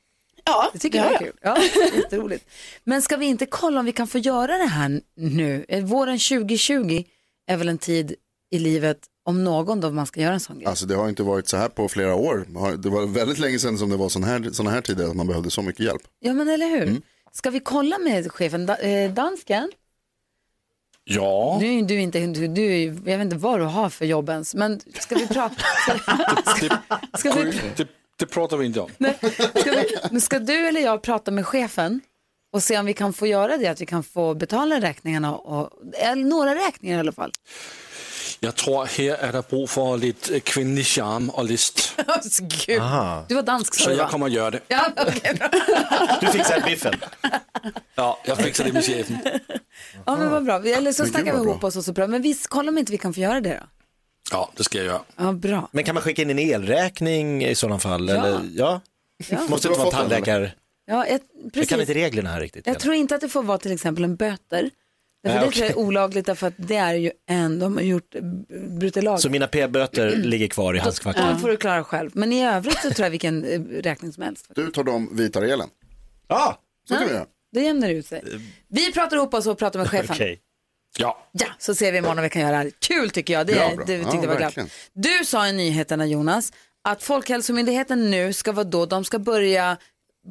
Speaker 5: Ja,
Speaker 3: Det tycker
Speaker 5: det
Speaker 3: jag
Speaker 5: har
Speaker 3: är kul. Ja, jätteroligt. Men ska vi inte kolla om vi kan få göra det här nu? Eh, Våren 2020 är väl en tid i livet om någon då man ska göra en sån grej.
Speaker 2: Alltså det har inte varit så här på flera år. Har- Det var väldigt länge sedan som det var sådana här, såna här tider att man behövde så mycket hjälp.
Speaker 3: Ja men eller hur? Ska vi kolla med chefen, da, eh, dansken?
Speaker 10: Ja.
Speaker 3: Du, är ju- du, är inte, du, du, är ju- jag vet inte vad du har för jobb ens, men ska vi prata? Ska, ska, ska, vi,
Speaker 10: Det, Typ- det pratar vi inte om.
Speaker 3: nej, ska, vi, men ska du eller jag prata med chefen och se om vi kan få göra det, att vi kan få betala räkningarna, och, eller några räkningar i alla fall.
Speaker 10: Jag tror här är det brug för lite kvinnlig charm och list.
Speaker 3: Gud. Du var dansk sa
Speaker 10: Så
Speaker 3: du va?
Speaker 10: jag kommer göra det.
Speaker 3: Ja, okej, bra.
Speaker 4: Du fixar biffen.
Speaker 10: Ja, jag fixar det med chefen.
Speaker 3: ja men vad bra, Vi- eller så
Speaker 2: Men gud,
Speaker 3: snackar vi
Speaker 2: vad
Speaker 3: ihop
Speaker 2: bra.
Speaker 3: oss och så bra. Men vi kollar om inte vi kan få göra det då.
Speaker 10: Ja, det ska jag göra.
Speaker 3: Ja, bra.
Speaker 4: Men kan man skicka in en elräkning i sådana fall? Ja. Eller, ja? Måste
Speaker 2: Du
Speaker 4: inte
Speaker 2: har
Speaker 4: vara
Speaker 2: fått den,
Speaker 4: tandläkare.
Speaker 3: Ja, jag,
Speaker 4: Jag
Speaker 3: precis.
Speaker 4: kan inte reglerna här riktigt.
Speaker 3: Jag tror inte att det får vara till exempel en böter. Därför
Speaker 4: Nej,
Speaker 3: det tror jag är olagligt därför att det är ju en, de har gjort, brutit lag.
Speaker 4: Så mina p-böter
Speaker 3: Mm.
Speaker 4: ligger kvar i handskfacket.
Speaker 3: Den får du klara själv. Men i övrigt så tror jag vilken eh, räkning som helst.
Speaker 2: Du tar dem, vi tar elen.
Speaker 10: Ah,
Speaker 4: Ja,
Speaker 2: Så kan vi göra.
Speaker 3: Det jämnar ut sig. Vi pratar ihop oss och pratar med chefen.
Speaker 4: okej.
Speaker 10: Ja,
Speaker 3: Ja, så ser vi imorgon om vi kan göra det här. Kul tycker jag. Det,
Speaker 2: Ja,
Speaker 3: är-
Speaker 2: bra.
Speaker 3: det tyckte
Speaker 2: Ja,
Speaker 3: jag var glatt.
Speaker 2: verkligen.
Speaker 3: Du sa i nyheterna Jonas att Folkhälsomyndigheten nu ska vara då, de ska börja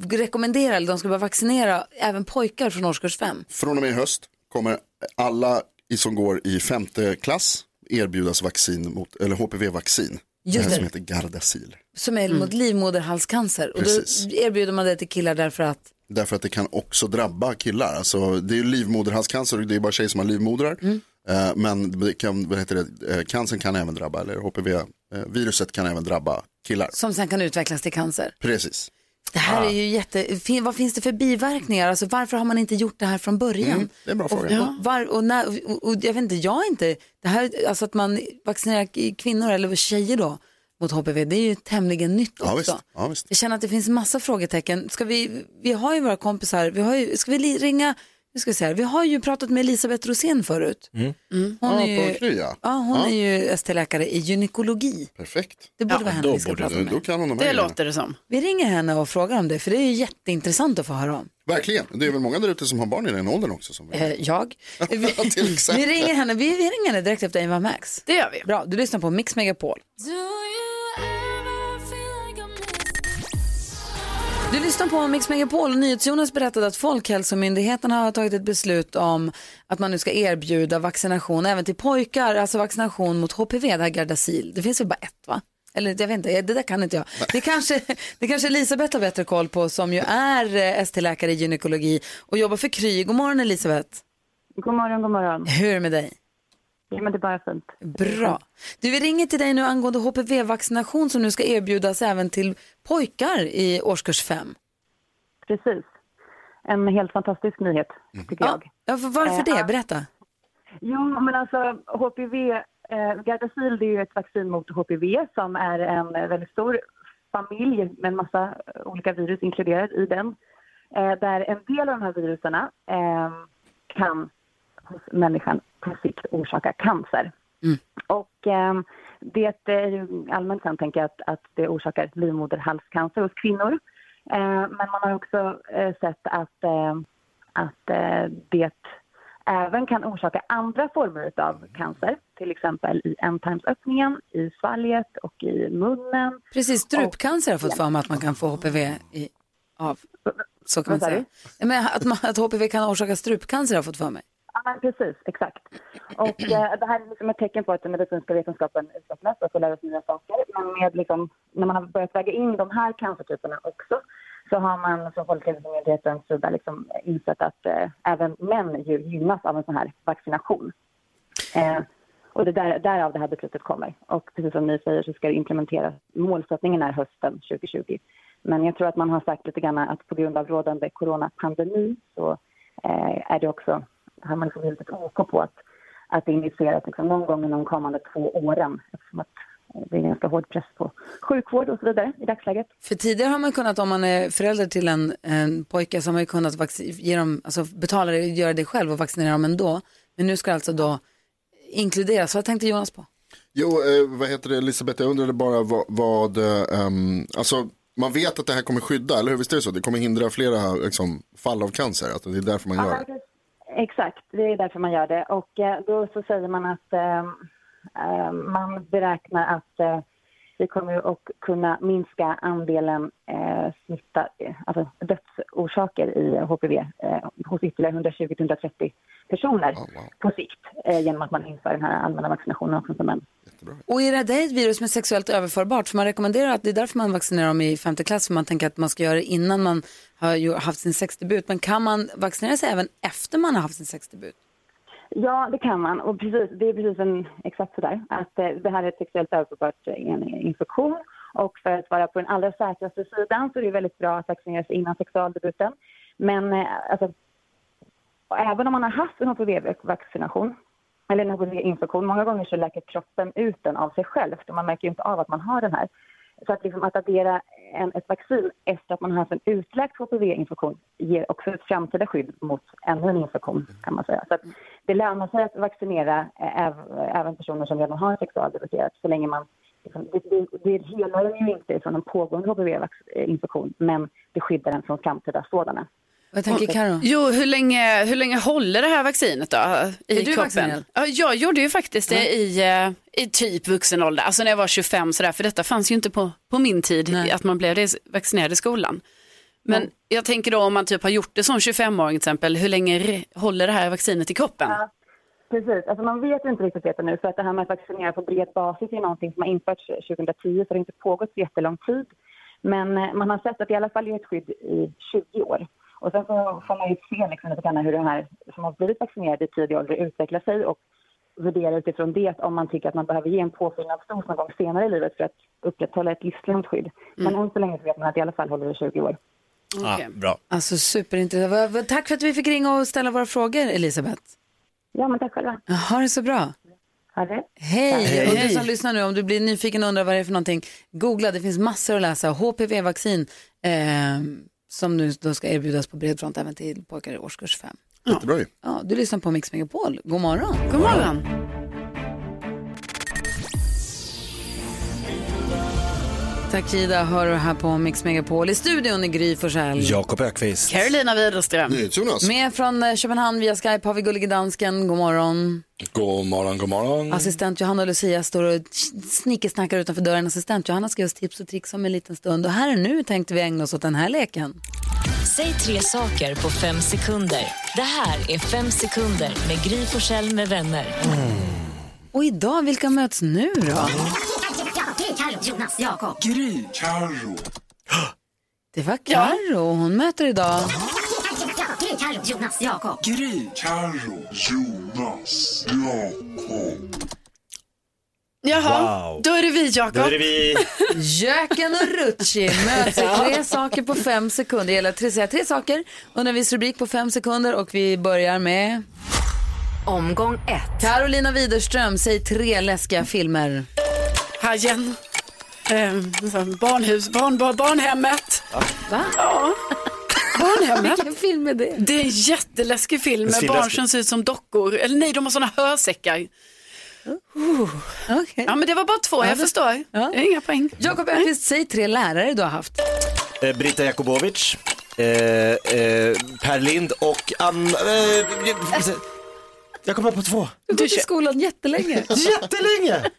Speaker 3: rekommendera, eller de ska börja vaccinera även pojkar från årskurs fem.
Speaker 2: Från och med i höst kommer alla i- som går i femte klass erbjudas vaccin mot, eller HPV-vaccin.
Speaker 3: Just
Speaker 2: det här
Speaker 3: det.
Speaker 2: som heter Gardasil.
Speaker 3: Som är mot livmoderhalscancer.
Speaker 2: Mm.
Speaker 3: Och
Speaker 2: Precis.
Speaker 3: då erbjuder man det till killar därför att
Speaker 2: Därför att det kan också drabba killar. Alltså, det är ju livmoderhalscancer och det är bara tjejer som har livmodrar.
Speaker 3: Mm.
Speaker 2: Eh, Men det kan, vad heter det, eh, cancern kan även drabba, eller HPV-viruset eh, kan även drabba killar.
Speaker 3: som sen kan utvecklas till cancer.
Speaker 2: Precis.
Speaker 3: Det här
Speaker 2: Ah.
Speaker 3: är ju jätte... fin- Vad finns det för biverkningar? Alltså varför har man inte gjort det här från början?
Speaker 2: Mm, det är en bra
Speaker 3: Och,
Speaker 2: fråga.
Speaker 3: och, var, och, när, och, och jag vet inte, jag är inte... Det här, alltså att man vaccinerar k- kvinnor eller tjejer då mot HPV, det är ju tämligen nytt
Speaker 2: Ja,
Speaker 3: också.
Speaker 2: visst. Ja, visst.
Speaker 3: Jag känner att det finns massa frågetecken. Ska vi, vi har ju våra kompisar, vi har ju, ska vi li- ringa, nu ska vi se här, vi har ju pratat med Elisabeth Rosén förut. Hon
Speaker 2: Mm. Ja,
Speaker 3: är ju,
Speaker 2: på Kry, ja.
Speaker 3: hon
Speaker 2: Ja.
Speaker 3: är ju ST-läkare i gynekologi.
Speaker 2: Perfekt.
Speaker 3: Det borde vara henne vi ska
Speaker 2: borde
Speaker 3: prata
Speaker 2: du-
Speaker 3: med.
Speaker 2: Då kan hon de här grejerna.
Speaker 5: det som.
Speaker 3: Vi ringer henne och frågar om det, för det är ju jätteintressant att få höra om.
Speaker 2: Verkligen. Det är väl många där ute som har barn i den åldern också. Som...
Speaker 3: Eh, jag. Vi,
Speaker 2: Till
Speaker 3: vi
Speaker 2: exempel.
Speaker 3: ringer henne, vi, vi ringer henne direkt efter Ava Max.
Speaker 5: Det gör vi.
Speaker 3: Bra, du lyssnar på Mix Megapol. Du lyssnar på Mix Megapol och NyhetsJonas berättade att Folkhälsomyndigheten har tagit ett beslut om att man nu ska erbjuda vaccination även till pojkar, alltså vaccination mot HPV, det här Gardasil. Det finns väl bara ett va? Eller jag vet inte, det där kan inte jag. Det kanske, det kanske Elisabeth har bättre koll på som ju är eh, ST-läkare i gynekologi och jobbar för Kry. God morgon Elisabeth.
Speaker 12: God morgon, god morgon.
Speaker 3: Hur är det med dig?
Speaker 12: Ja, men det är bara fint.
Speaker 3: Bra. Du, vi ringer till dig nu angående HPV-vaccination som nu ska erbjudas även till pojkar i årskurs 5.
Speaker 12: Precis. En helt fantastisk nyhet, tycker jag.
Speaker 3: Ja, för- varför
Speaker 12: Eh,
Speaker 3: det? Berätta.
Speaker 12: Jo, men alltså HPV, eh, Gardasil det är ju ett vaccin mot HPV som är en eh, väldigt stor familj med en massa eh, olika virus inkluderat i den. Eh, där en del av de här viruserna eh, kan hos människan på sikt orsaka cancer. Och eh, det är ju allmänt känt, tänker jag, att, att det orsakar livmoderhalscancer hos kvinnor. Eh, men man har också eh, sett att, eh, att eh, det även kan orsaka andra former av cancer, till exempel i ändtarmsöppningen, i svalget och i munnen.
Speaker 3: Precis, strupcancer har jag fått
Speaker 12: Ja.
Speaker 3: för mig att man kan få HPV i, av. Så kan man
Speaker 12: Vad sa
Speaker 3: säga. Ja, Men att, man, att HPV kan orsaka strupcancer har jag fått för mig.
Speaker 12: Ja, men precis, exakt. Och eh, det här är liksom ett tecken på att den medicinska vetenskapen utvecklas och får lära oss nya saker. Men med liksom, när man har börjat väga in de här cancertyperna också så har man från Folkhälsomyndighetens sida liksom insett att eh, även män ju gynnas av en sån här vaccination. Eh, och det där, därav det här beslutet kommer. Och precis som ni säger så ska det implementeras. Målsättningen är hösten 2020. Men jag tror att man har sagt lite grann att på grund av rådande coronapandemi så eh, är det också, har man liksom blivit ett OK på att, att initiera liksom någon gång inom de kommande två åren eftersom att eh, det är ganska hård press på sjukvård och så vidare i dagsläget.
Speaker 3: För tidigare har man kunnat, om man är förälder till en, en pojke, så har man ju kunnat vacci- ge dem, alltså betala det, göra det själv och vaccinera dem ändå. Men nu ska det alltså då inkluderas. Vad tänkte Jonas på?
Speaker 2: Jo, eh, vad heter det Elisabeth, jag undrade bara vad, vad eh, ehm, alltså man vet att det här kommer skydda, eller hur? Visst är det så? Det kommer hindra flera liksom, fall av cancer, att det är därför man gör det.
Speaker 12: Exakt, det är därför man gör det. Och eh, då så säger man att ehm, ehm, man beräknar att eh, vi kommer ju att kunna minska andelen eh, smitta, eh, alltså dödsorsaker i HPV eh, hos ytterligare 120-130 personer
Speaker 2: Oh,
Speaker 12: på sikt eh, genom att man inför den här allmänna vaccinationen också för män.
Speaker 3: Och är det- det är ett virus som är sexuellt överförbart? För man rekommenderar att det är därför man vaccinerar dem i femte klass, för man tänker att man ska göra det innan man har ju- haft sin sexdebut. Men kan man vaccinera sig även efter man har haft sin sexdebut?
Speaker 12: Ja, det kan man. Och precis, det är precis en, exakt sådär. Att eh, det här är ett sexuellt överförbart eh, en infektion. Och för att vara på den allra säkraste sidan så är det väldigt bra att vaccinera sig innan sexualdebuten. Men eh, alltså, och även om man har haft en HPV-vaccination eller en HPV-infektion, många gånger så läker kroppen ut den av sig själv. För man märker ju inte av att man har den här. Så att, liksom, att addera en, ett vaccin efter att man har haft en utläkt HPV-infektion ger också ett framtida skydd mot ännu en infektion kan man säga. Så att det lönar sig att vaccinera eh, äv- även personer som redan har sexualdebuterat så länge man liksom, det, det, det helar den ju inte från en pågående HPV-infektion men det skyddar den från framtida sådana.
Speaker 3: Vad tänker Karo?
Speaker 5: Jo, hur länge, hur länge håller det här vaccinet då? I
Speaker 3: du
Speaker 5: kroppen?
Speaker 3: vaccinerad?
Speaker 5: Ja, jag gjorde ju faktiskt det i, eh, i typ vuxen ålder, alltså när jag var 25 sådär, för detta fanns ju inte på, på min tid, att man blev det- vaccinerad i skolan. Men jag tänker då om man typ har gjort det som 25-åring till exempel, hur länge re- håller det här vaccinet i kroppen?
Speaker 12: Ja, precis. Alltså man vet inte riktigt detta nu för att det här med att vaccinera på bred basis är någonting som har införts 2010 så det har inte pågått så jättelång tid. Men eh, man har sett att det i alla fall ger ett skydd i 20 år. Och sen så får man ju se liksom lite grann hur de här som har blivit vaccinerade i tidig ålder utvecklar sig och värdera utifrån det om man tycker att man behöver ge en påfyllnadsdos någon gång senare i livet för att upprätthålla ett livslångt skydd. Men än så länge så vet man att det i alla fall håller i 20 år.
Speaker 4: Ja, Ah, bra.
Speaker 3: Alltså superintressant. Vad- vad- Tack för att vi fick ringa och ställa våra frågor, Elisabeth.
Speaker 12: Ja, men tack själva.
Speaker 3: Ha det så bra.
Speaker 12: Ha det.
Speaker 3: Hej!
Speaker 12: Tack.
Speaker 3: Och du som
Speaker 12: Hej.
Speaker 3: lyssnar nu, om du blir nyfiken och undrar vad det är för någonting, googla, det finns massor att läsa. HPV-vaccin eh, som nu då ska erbjudas på bred front även till pojkar i årskurs 5.
Speaker 2: Jättebra ju.
Speaker 3: Ja, du lyssnar på Mix Megapol. God morgon!
Speaker 5: God morgon!
Speaker 3: Tack Kida, hör du här på Mix Megapol. I studion i Gry Forssell.
Speaker 4: Jakob Ökvist.
Speaker 5: Carolina Widerström.
Speaker 3: Med från eh, Köpenhamn via Skype har vi gullige dansken. God morgon.
Speaker 10: God morgon, god morgon.
Speaker 3: Assistent Johanna och Lucia står och snickesnackar utanför dörren. Assistent Johanna ska ge oss tips och tricks om en liten stund. Och här och nu tänkte vi ägna oss åt den här leken.
Speaker 13: Säg tre saker på fem sekunder. Det här är Fem sekunder med Gry Forssell med vänner.
Speaker 3: Och idag, vilka möts nu då?
Speaker 13: Jonas, Jakob. Gry. Carro.
Speaker 3: Det var Carro hon möter idag.
Speaker 13: Jonas, Jakob. Gry. Carro. Jonas. Jakob.
Speaker 5: Jaha,
Speaker 3: Wow.
Speaker 5: då är det vi Jakob.
Speaker 3: Då är det vi. Jöken och Rutschi möts i tre saker på fem sekunder. Det gäller att tre- säga tre saker under en viss rubrik på fem sekunder och vi börjar med... Omgång ett. Carolina Widerström, säg tre läskiga filmer.
Speaker 5: Hajen. Ehm, så, barnhus, barn, barn, barnhemmet.
Speaker 3: Va?
Speaker 5: Ja. Barnhemmet.
Speaker 3: Vilken film är det?
Speaker 5: Det är en jätteläskig film med
Speaker 3: Svinläskig.
Speaker 5: barn som ser ut som dockor. Eller nej, de har såna hörsäckar. Uh. Ja, men det var bara två, jag förstår. Det är inga poäng.
Speaker 3: Jakob Öqvist, säg tre lärare du har haft.
Speaker 4: Eh, Brita Jakubovic, eh, eh, Per Lind och Ann... Eh, jag- jag kommer på två.
Speaker 3: Du har gått i skolan jättelänge.
Speaker 4: jättelänge!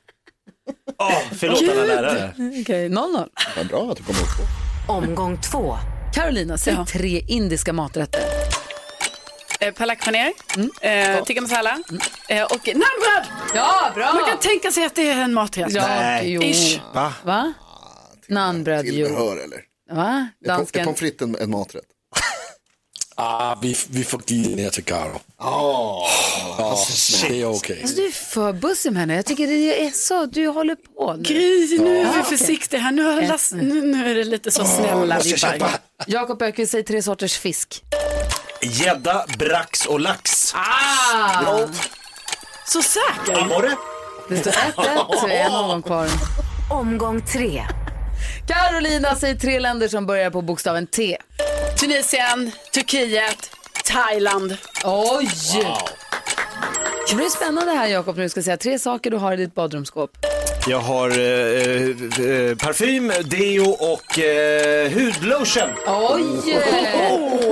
Speaker 4: Ah, Förlåt
Speaker 3: Gud.
Speaker 4: alla lärare.
Speaker 3: Okej, 0-0.
Speaker 2: Vad bra att du kom ihåg.
Speaker 3: Omgång två. Carolina, säg tre indiska maträtter.
Speaker 5: Eh, Palak paneer, eh, tikka masala eh, och naanbröd.
Speaker 3: Ja, bra!
Speaker 5: Man kan tänka sig att det är en maträtt.
Speaker 3: Ja, jo.
Speaker 5: Ish.
Speaker 2: Va?
Speaker 3: Va? Naanbröd, jo.
Speaker 2: Hör eller?
Speaker 3: Va?
Speaker 2: Är pom- Är
Speaker 3: Dansken.
Speaker 2: pommes frites en, en maträtt?
Speaker 10: Ah, vi, vi får glida ner till Carro. Oh, det är okej.
Speaker 3: Alltså, du är för bussig med henne. Jag tycker det är så, du håller på nu.
Speaker 5: Gry, nu är vi
Speaker 3: okej.
Speaker 5: försiktiga här. Nu, har
Speaker 3: Ett.
Speaker 5: Lasse- nu, nu är det lite så snälla vibbar.
Speaker 3: Jakob Öqvist, säg tre sorters fisk.
Speaker 4: Gädda, brax och lax.
Speaker 3: Ah!
Speaker 5: Så säker?
Speaker 4: Abborre.
Speaker 3: Det står 1-1, så en omgång kvar.
Speaker 6: Omgång tre.
Speaker 3: Carolina, säg tre länder som börjar på bokstaven T.
Speaker 5: Tunisien, Turkiet, Thailand.
Speaker 3: Oj! Det blir spännande här Jakob, när du ska säga tre saker du har i ditt badrumsskåp.
Speaker 4: Jag har eh, eh, eh, parfym, deo och eh, hudlotion.
Speaker 3: Oj!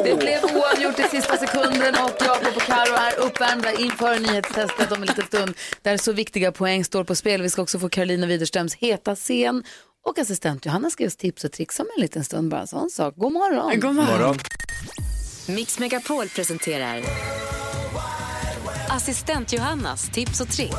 Speaker 3: Det blev oavgjort i sista sekunden och Jakob och Karo är uppvärmda inför nyhetstestet om en liten stund där så viktiga poäng står på spel. Vi ska också få Carolina Widerströms heta scen och assistent Johanna ska ge oss tips och tricks om en liten stund. Bara en sån sak. God morgon!
Speaker 6: God
Speaker 5: Ah.
Speaker 6: morgon. Morgon. Mix Megapol presenterar Assistent Johannas tips och tricks.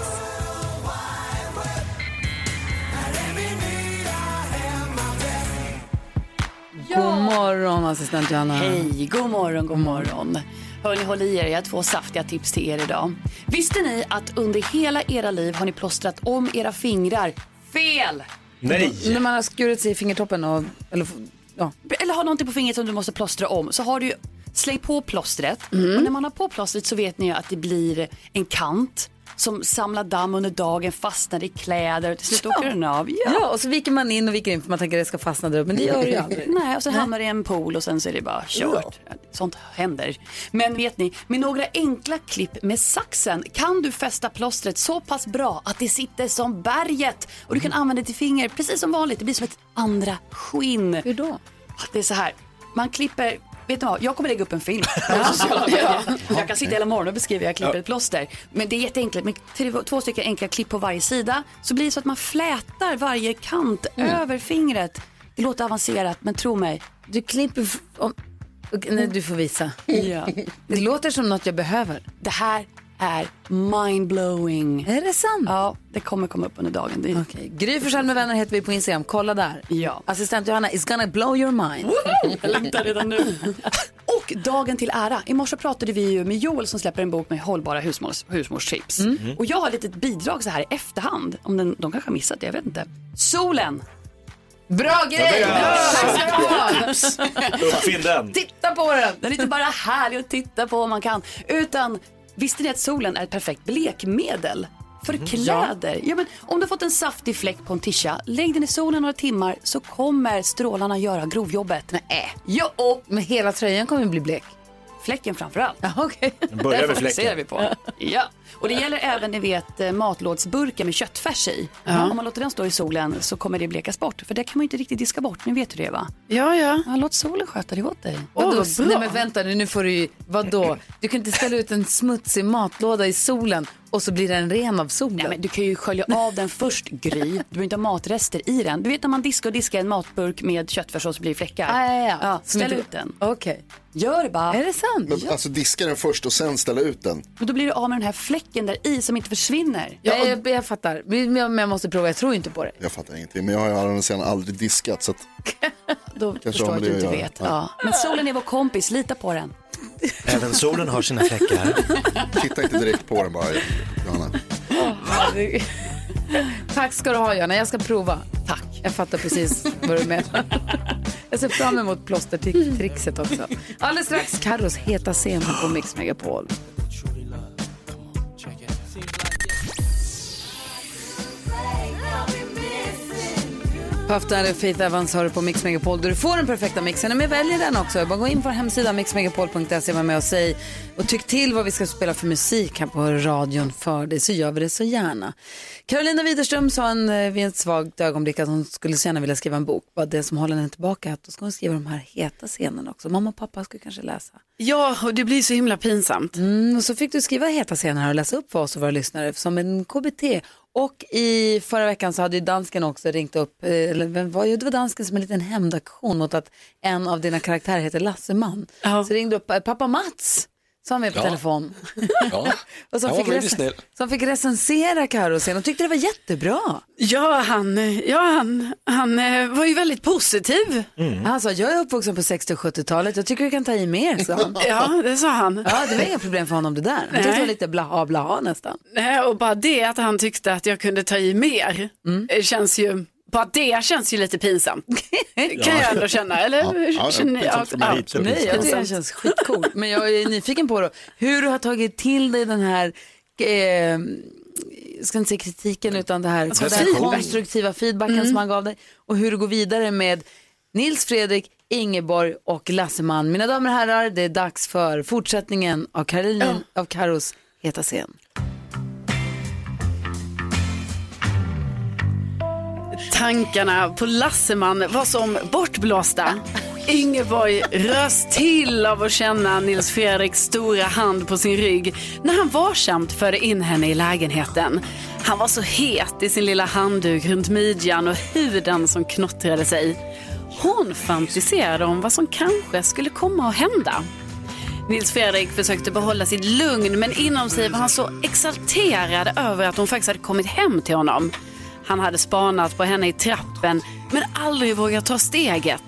Speaker 3: God morgon assistent Johanna.
Speaker 5: Hej, god morgon, god morgon. Hörni, håll i er, jag har två saftiga tips till er idag. Visste ni att under hela era liv har ni plåstrat om era fingrar fel?
Speaker 4: Nej.
Speaker 3: När man har skurit sig i fingertoppen och... Eller, ja.
Speaker 5: Eller har någonting på fingret som du måste plåstra om så har du ju, släng på plåstret och när man har på plåstret så vet ni ju att det blir en kant som samlar damm under dagen, fastnar i kläder och till slut åker den av. Ja.
Speaker 3: ja, och så viker man in och viker in för man tänker att det ska fastna där uppe, men det gör det ju aldrig.
Speaker 5: Nej, och sen hamnar det i en pool och sen så är det bara kört. Sånt händer. Men vet ni, med några enkla klipp med saxen kan du fästa plåstret så pass bra att det sitter som berget. Och du kan använda det till finger precis som vanligt. Det blir som ett andra skinn. Hur
Speaker 3: då?
Speaker 5: Det är så här, man klipper Vet ni vad, jag kommer lägga upp en film på sociala medier. Jag kan sitta hela morgonen och beskriva hur jag klipper ett plåster. Men det är jätteenkelt, med tre- två stycken enkla klipp på varje sida så blir det så att man flätar varje kant över fingret. Det låter avancerat men tro mig,
Speaker 3: Du klipper... f- Om... och- Nej, du får visa. Ja. Det låter som något jag behöver.
Speaker 5: Det här är mindblowing.
Speaker 3: Är det sant?
Speaker 5: Ja, det kommer komma upp under dagen. Det...
Speaker 3: Okay. Gry Forssell med vänner heter vi på Instagram. Kolla där.
Speaker 5: Ja.
Speaker 3: Assistent Johanna is gonna blow your mind.
Speaker 5: Jag längtar redan nu. Och dagen till ära. I morse pratade vi ju med Joel som släpper en bok med hållbara husmors, husmorstips.
Speaker 14: Mm.
Speaker 5: Och jag har ett litet bidrag så här i efterhand. Om den, de kanske har missat det, jag vet inte. Solen.
Speaker 3: Bra grej!
Speaker 5: Ja, det är
Speaker 3: Tack ska du ha!
Speaker 4: Uppfinn den.
Speaker 5: Titta på den! Den är inte bara härlig att titta på om man kan. Utan visste ni att solen är ett perfekt blekmedel? För kläder. Mm, Ja, men, om du har fått en saftig fläck på en tisha, lägg den i solen några timmar så kommer strålarna göra grovjobbet. Nej. Jo, och
Speaker 3: Men hela tröjan kommer bli blek.
Speaker 5: fläcken framförallt.
Speaker 3: Ja, okej.
Speaker 5: Den fokuserar vi på. Ja. Och det gäller även ni vet eh, matlådsburkar med köttfärs i.
Speaker 14: Ja.
Speaker 5: Om man låter den stå i solen så kommer det blekas bort. För det kan man ju inte riktigt diska bort. Ni vet hur det är va?
Speaker 14: Ja, ja.
Speaker 5: låt solen sköta det åt dig.
Speaker 3: Vadå? Nej men vänta nu, nu får du ju, vadå? Du kan inte ställa ut en smutsig matlåda i solen och så blir den ren av solen. Nej men
Speaker 5: du kan ju skölja av den först Gry. Du behöver inte ha matrester i den. Du vet när man diskar och diskar en matburk med köttfärs och så blir det fläckar.
Speaker 3: Ah, ja, ja.
Speaker 5: Ja,
Speaker 3: Som
Speaker 5: ställ
Speaker 3: inte-
Speaker 5: ut den.
Speaker 3: Okej.
Speaker 5: Gör det bara.
Speaker 3: Är det sant?
Speaker 2: Men, Alltså diska den först och sen ställa ut den.
Speaker 5: Men då blir du av med den här fläcken där i som inte försvinner.
Speaker 3: Ja, jag, jag fattar, men jag men jag måste prova, jag tror ju inte på det.
Speaker 2: Jag fattar ingenting, men jag har ju aldrig- sen aldrig diskat så att...
Speaker 5: Då
Speaker 2: Kanske
Speaker 5: förstår
Speaker 2: har
Speaker 5: jag att
Speaker 2: med
Speaker 5: du
Speaker 2: det
Speaker 5: inte
Speaker 2: att göra.
Speaker 5: vet. Ja. Men solen är vår kompis, lita på den.
Speaker 4: Även solen har sina fläckar.
Speaker 2: Titta inte direkt på den bara, Johanna.
Speaker 3: Tack ska du ha Johanna, jag ska prova. Tack. Jag fattar precis vad du menar. Jag ser fram emot plåstertrixet också. Alldeles strax Carros heta scen på Mix Megapol. Puff Daddy och Faith Evans hör du på Mix Megapol där du får den perfekta mixen. Men jag väljer den också. Bara gå in på vår hemsida mixmegapol.se var med och säg och tyck till vad vi ska spela för musik här på radion för dig så gör vi det så gärna. Carolina Widerström sa en, eh, vid ett svagt ögonblick att hon skulle så gärna vilja skriva en bok. Bara det som håller henne tillbaka är att då ska hon skriva de här heta scenerna också. Mamma och pappa skulle kanske läsa.
Speaker 5: Ja, och det blir så himla pinsamt.
Speaker 3: Mm, och så fick du skriva heta scener här och läsa upp för oss och våra lyssnare som en KBT. Och i förra veckan så hade ju dansken också ringt upp, eh, eller vem var det? Det var dansken som en liten hämndaktion mot att en av dina karaktärer heter Lasseman. Så ringde upp eh, pappa Mats, som var med på
Speaker 14: Ja.
Speaker 3: telefon.
Speaker 14: Ja.
Speaker 3: Och som,
Speaker 14: Han var
Speaker 3: fick
Speaker 14: väldigt
Speaker 3: recen-
Speaker 14: snäll.
Speaker 3: som fick recensera Carros scen och tyckte det var jättebra.
Speaker 5: Ja, han, ja, han, han eh, var ju väldigt positiv.
Speaker 14: Mm.
Speaker 3: Han sa, jag är uppvuxen på 60 och 70-talet, jag tycker vi kan ta i mer, sa han.
Speaker 5: Ja, det sa han.
Speaker 3: Ja, det var inga problem för honom det där. Han tyckte det
Speaker 5: Nej.
Speaker 3: var lite blaha blaha nästan.
Speaker 5: Nej, Eh, och bara det att han tyckte att jag kunde ta i mer
Speaker 3: Mm.
Speaker 5: eh, känns ju, bara det känns ju lite pinsamt. kan jag ändå känna, eller?
Speaker 3: Ja, ja,
Speaker 5: Känner ni?
Speaker 3: pinsamt för mig
Speaker 5: Ja.
Speaker 3: lite, Nej, jag tycker det känns skitcool. Men jag är nyfiken på då, hur du har tagit till dig den här, eh, jag ska inte säga kritiken, utan det här,
Speaker 14: Alltså,
Speaker 3: den här
Speaker 14: feedback.
Speaker 3: konstruktiva feedbacken som han gav dig. Och hur du går vidare med Nils Fredrik, Ingeborg och Lasseman. Mina damer och herrar, det är dags för fortsättningen av Karolin, av Karos heta scen.
Speaker 5: Tankarna på Lasseman var som bortblåsta. Ingeborg rös till av att känna Nils Fredriks stora hand på sin rygg när han varsamt förde in henne i lägenheten. Han var så het i sin lilla handduk runt midjan och huden som knottrade sig. Hon fantiserade om vad som kanske skulle komma att hända. Nils Fredrik försökte behålla sitt lugn men inom sig var han så exalterad över att hon faktiskt hade kommit hem till honom. Han hade spanat på henne i trappen men aldrig vågat ta steget.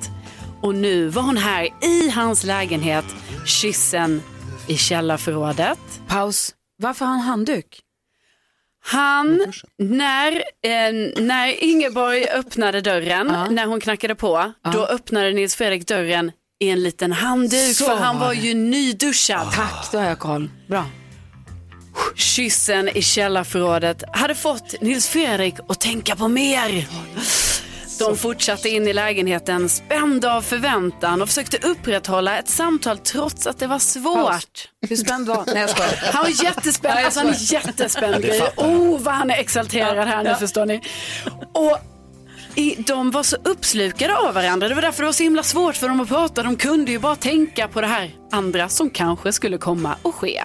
Speaker 5: Och nu var hon här i hans lägenhet, kyssen i källarförrådet.
Speaker 3: Paus. Varför har han handduk?
Speaker 5: Han, när, eh, när Ingeborg öppnade dörren, när hon knackade på, då öppnade Nils Fredrik dörren i en liten handduk
Speaker 3: Så
Speaker 5: för han
Speaker 3: var
Speaker 5: var
Speaker 3: det. Ah.
Speaker 5: ju nyduschad.
Speaker 3: Tack, då har jag koll. Bra.
Speaker 5: Kyssen i källarförrådet hade fått Nils Fredrik att tänka på mer. De fortsatte in i lägenheten spända av förväntan och försökte upprätthålla ett samtal trots att det var svårt.
Speaker 3: Hur spänd var Nej, jag skojar.
Speaker 5: Han var jättespänd,
Speaker 3: Ja, jag
Speaker 5: alltså han är
Speaker 3: skojar.
Speaker 5: jättespänd.
Speaker 3: Ja, det
Speaker 5: Gry.
Speaker 3: fattar
Speaker 5: oh, vad han är exalterad här nu
Speaker 3: Ja.
Speaker 5: förstår ni. Och i- de var så uppslukade av varandra. Det var därför det var så himla svårt för dem att prata. De kunde ju bara tänka på det här andra som kanske skulle komma och ske.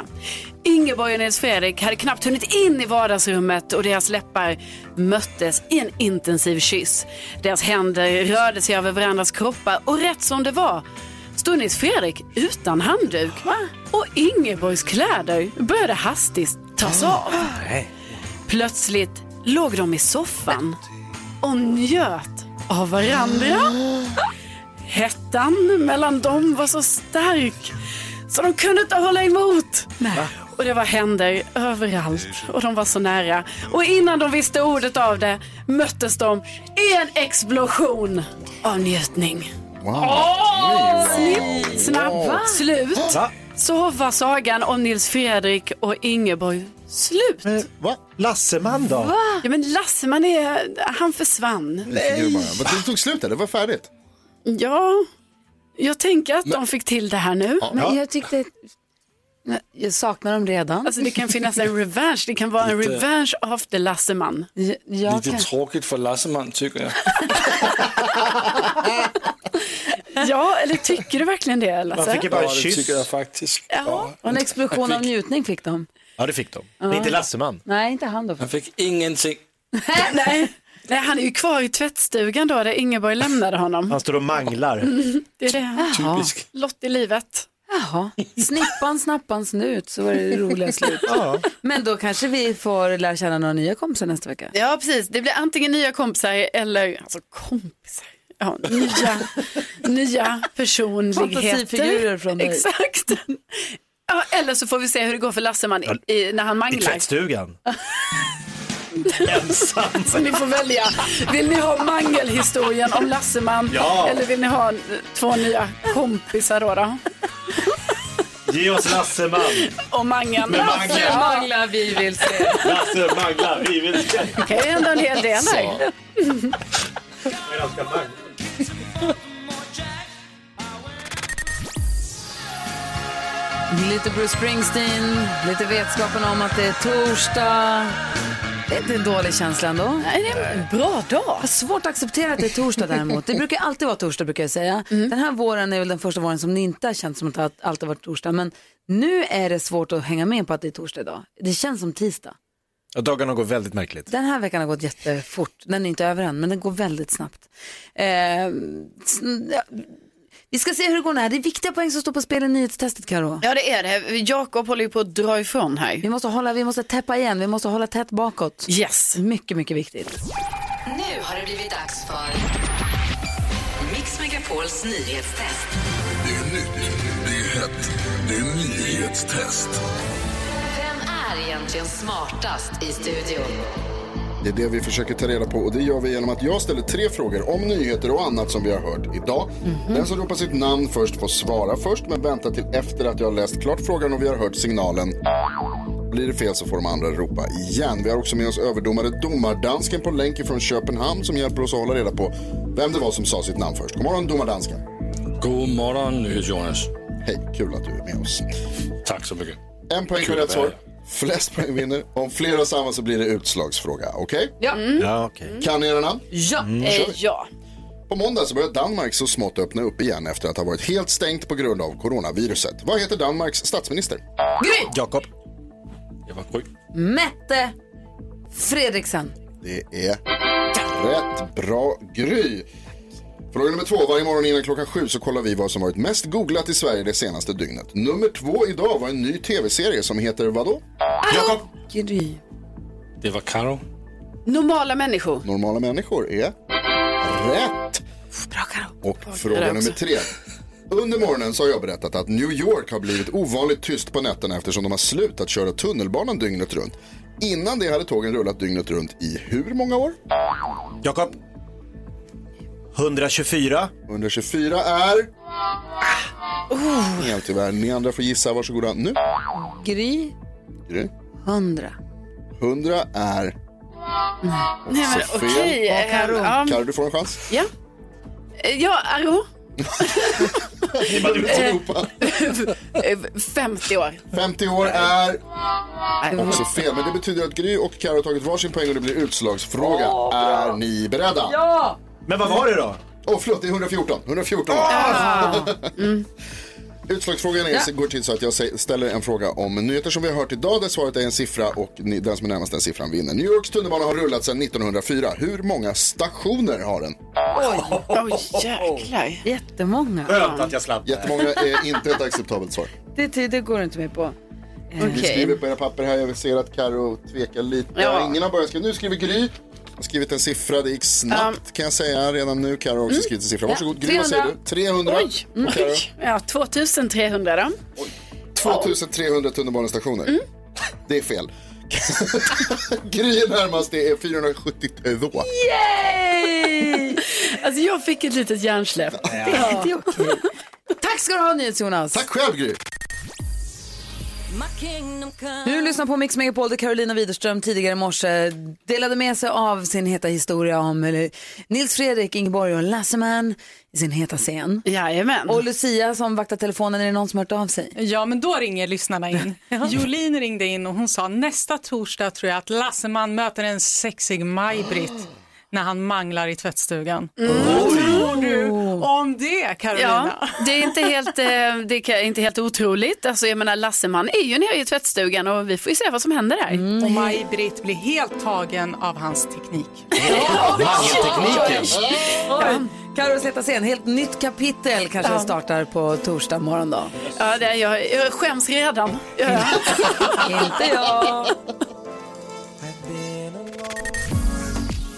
Speaker 5: Ingeborg och Nils Fredrik hade knappt hunnit in i vardagsrummet och deras läppar möttes i en intensiv kyss. Deras händer rörde sig över varandras kroppar och rätt som det var stod Nils Fredrik utan handduk. Och Ingeborgs kläder började hastigt tas av. Plötsligt låg de i soffan och njöt av varandra. Hettan mellan dem var så stark så de kunde inte hålla emot. Och det var händer överallt och de var så nära. Och innan de visste ordet av det möttes de i en explosion av njutning. Snipp, snapp, slut.
Speaker 4: Va?
Speaker 5: Så var sagan om Nils Fredrik och Ingeborg slut.
Speaker 4: va? Lasseman då?
Speaker 5: Ja, men Lasse, man är, han försvann.
Speaker 2: Nej. Bara. Det tog slut där, det var färdigt.
Speaker 5: Ja, jag tänker att de fick till det här nu.
Speaker 2: Ja.
Speaker 3: Men jag tyckte... Nej, Jag saknar dem redan.
Speaker 5: Alltså det kan finnas en revansch, det kan vara en
Speaker 10: Lite-
Speaker 5: revansch after Lasseman.
Speaker 3: Jag
Speaker 10: Lite tråkigt för Lasseman tycker jag.
Speaker 5: Ja, eller tycker du verkligen det Lasse?
Speaker 10: ja, det tycker jag faktiskt.
Speaker 5: Ja.
Speaker 3: Och en explosion av njutning fick de.
Speaker 4: Ja, det fick de.
Speaker 3: Ja.
Speaker 4: Inte Lasseman.
Speaker 3: Nej, inte han då.
Speaker 10: Han fick ingenting.
Speaker 5: Nej. Nej, han är ju kvar i tvättstugan då där Ingeborg lämnade honom.
Speaker 4: Han står och manglar.
Speaker 5: Mm, det är det.
Speaker 4: Jaha. Typisk.
Speaker 5: Lott i livet.
Speaker 3: Jaha. Snippan, snappan, snut, så var det roliga slut. Men då kanske vi får lära känna några nya kompisar nästa vecka.
Speaker 5: Ja, precis. Det blir antingen nya kompisar eller, alltså kompisar, ja, nya, nya personligheter.
Speaker 3: Fantasifigurer från dig.
Speaker 5: Exakt. Ja, eller så får vi se hur det går för Lasseman i, i, när han
Speaker 4: I
Speaker 5: manglar.
Speaker 4: tvättstugan.
Speaker 5: Så ni får välja. Vill ni ha mangelhistorien om Lasseman
Speaker 4: Ja.
Speaker 5: eller vill ni ha eh, två nya kompisar då? då?
Speaker 4: Ge oss Lasseman.
Speaker 5: Och mangeln.
Speaker 4: Med mangeln.
Speaker 5: Ja.
Speaker 3: Manglar vi vill se.
Speaker 4: Lasse manglar. Vi vill se.
Speaker 5: Det kan ju hända en hel del
Speaker 4: Så.
Speaker 5: här.
Speaker 3: Lite Bruce Springsteen, lite vetskapen om att det är torsdag. Det är inte en dålig känsla ändå.
Speaker 5: Nej, det är en bra dag. Jag
Speaker 3: har svårt att acceptera att det är torsdag däremot. Det brukar alltid vara torsdag brukar jag säga.
Speaker 5: Mm.
Speaker 3: Den här våren är väl den första våren som det inte har känts som att det alltid har varit torsdag. Men nu är det svårt att hänga med på att det är torsdag idag. Det känns som tisdag.
Speaker 4: Ja, dagarna går väldigt märkligt.
Speaker 3: Den här veckan har gått jättefort. Den är inte över än, men den går väldigt snabbt. Eh, sn- ja, vi ska se hur det går när. Det är viktiga poäng som står på spel i nyhetstestet, Karo.
Speaker 5: Ja, det är det. Jakob håller ju på att dra ifrån här.
Speaker 3: Vi måste, hålla, vi måste täppa igen, vi måste hålla tätt bakåt.
Speaker 5: Yes.
Speaker 3: Mycket, mycket viktigt.
Speaker 6: Nu har det blivit dags för Mix Megapols nyhetstest.
Speaker 14: Det är nytt, det är hett, det är nyhetstest.
Speaker 6: Vem är egentligen smartast i studion?
Speaker 2: Det är det vi försöker ta reda på och det gör vi genom att jag ställer tre frågor om nyheter och annat som vi har hört idag. Den som ropar sitt namn först får svara först men vänta till efter att jag har läst klart frågan och vi har hört signalen. Blir det fel så får de andra ropa igen. Vi har också med oss överdomare Domardansken på länk från Köpenhamn som hjälper oss att hålla reda på vem det var som sa sitt namn först. God morgon Domardansken.
Speaker 10: God morgon NyhetsJonas.
Speaker 2: Hej, kul att du är med oss.
Speaker 10: Tack så mycket.
Speaker 2: En poäng för
Speaker 10: Kul att
Speaker 2: rätt
Speaker 10: vara
Speaker 2: svar. Flest poäng vinner. Om fler har samma så blir det utslagsfråga. Okej?
Speaker 5: Ja. Mm.
Speaker 4: Ja, okej.
Speaker 2: Kan ni era namn? Mm,
Speaker 3: Ja.
Speaker 5: ja.
Speaker 2: På måndag så börjar Danmark så smått öppna upp igen efter att ha varit helt stängt på grund av coronaviruset. Vad heter Danmarks statsminister?
Speaker 3: Gry!
Speaker 4: Jakob.
Speaker 10: Jag var Gry.
Speaker 3: Mette Fredriksen.
Speaker 2: Det är rätt bra Gry. Fråga nummer två. Varje morgon innan klockan sju så kollar vi vad som varit mest googlat i Sverige det senaste dygnet. Nummer två idag var en ny tv-serie som heter vadå?
Speaker 10: Jakob.
Speaker 3: Gry.
Speaker 10: Det var Karo.
Speaker 5: Normala människor.
Speaker 2: Normala människor är rätt. Och
Speaker 5: Det
Speaker 2: fråga
Speaker 5: där
Speaker 2: nummer
Speaker 5: också.
Speaker 2: tre. Under morgonen så har jag berättat att New York har blivit ovanligt tyst på nätterna eftersom de har slutat köra tunnelbanan dygnet runt. Innan det hade tågen rullat dygnet runt i hur många år?
Speaker 4: Jakob. 124.
Speaker 2: 124 är...
Speaker 5: Ah. Uh.
Speaker 2: Helt tyvärr. Ni andra får gissa. Varsågoda nu.
Speaker 3: Gry.
Speaker 2: Gry.
Speaker 3: 100.
Speaker 2: 100 är...
Speaker 5: Nej, men
Speaker 2: Så fel.
Speaker 5: okej. eh,
Speaker 2: Karo,
Speaker 5: ja,
Speaker 2: du får en chans.
Speaker 5: Ja. Eh, Ja, Arro. Eh, 50 år.
Speaker 2: 50 år är också fel, men det betyder att Gry och Carro har tagit varsin poäng och det blir utslagsfråga. är ni beredda?
Speaker 3: Ja!
Speaker 4: Men vad var det då?
Speaker 2: Åh, förlåt, det är 114. 114. Utslagsfrågan är, så går till så att jag sä- ställer en fråga om nyheter som vi har hört idag där svaret är en siffra och ni, den som är närmast den siffran vinner. New Yorks tunnelbana har rullat sedan 1904. Hur många stationer har den?
Speaker 3: Oj,
Speaker 2: Oh,
Speaker 5: oj jäklar.
Speaker 3: Jättemånga.
Speaker 4: jag slapp.
Speaker 2: Jättemånga är inte ett acceptabelt svar.
Speaker 3: Det, ty- det går inte med på.
Speaker 2: Ni Eh, skriver på era papper här, jag ser att Karo tvekar lite.
Speaker 3: Ja.
Speaker 2: Ingen har börjat skriva. Nu skriver Gry. Har skrivit en siffra, det gick snabbt kan jag säga redan nu. Karo har också skrivit en siffra. Varsågod, Gry vad säger du? 300.
Speaker 5: Mm. Oj,
Speaker 2: Och Karo?
Speaker 5: Mm. oj. Ja, 2300 då.
Speaker 2: 2300 tunnelbanestationer.
Speaker 5: Mm.
Speaker 2: Det är fel. Gry är närmast, det är 472.
Speaker 5: Yay! alltså jag fick ett litet hjärnsläpp.
Speaker 3: Tack ska du ha NyhetsJonas. Tack
Speaker 2: själv Gry.
Speaker 3: Du lyssnar på Mix Megapol där Carolina Widerström tidigare i morse delade med sig av sin heta historia om eh, Nils Fredrik, Ingeborg och Lasseman i sin heta scen.
Speaker 5: Jajamän.
Speaker 3: Och Lucia som vaktar telefonen, är det någon som hört av sig?
Speaker 15: Ja, men då ringer lyssnarna in. Jolin ringde in och hon sa nästa torsdag tror jag att Lasseman möter en sexig Maj-Britt när han manglar i tvättstugan. Vad tror du om det, Carolina?
Speaker 5: Mm. Ja, det är inte helt, eh, det är inte helt otroligt. Alltså, jag menar, Lasseman är ju nere i tvättstugan och vi får ju se vad som händer där.
Speaker 2: Mm.
Speaker 15: Och Maj-Britt blir helt tagen av hans teknik.
Speaker 3: Mangeltekniken. Ja. Carros heta scen, helt nytt kapitel kanske
Speaker 5: Ja.
Speaker 3: startar på torsdag morgon då.
Speaker 5: Ja, det, jag, jag skäms redan. Ja.
Speaker 3: Inte jag.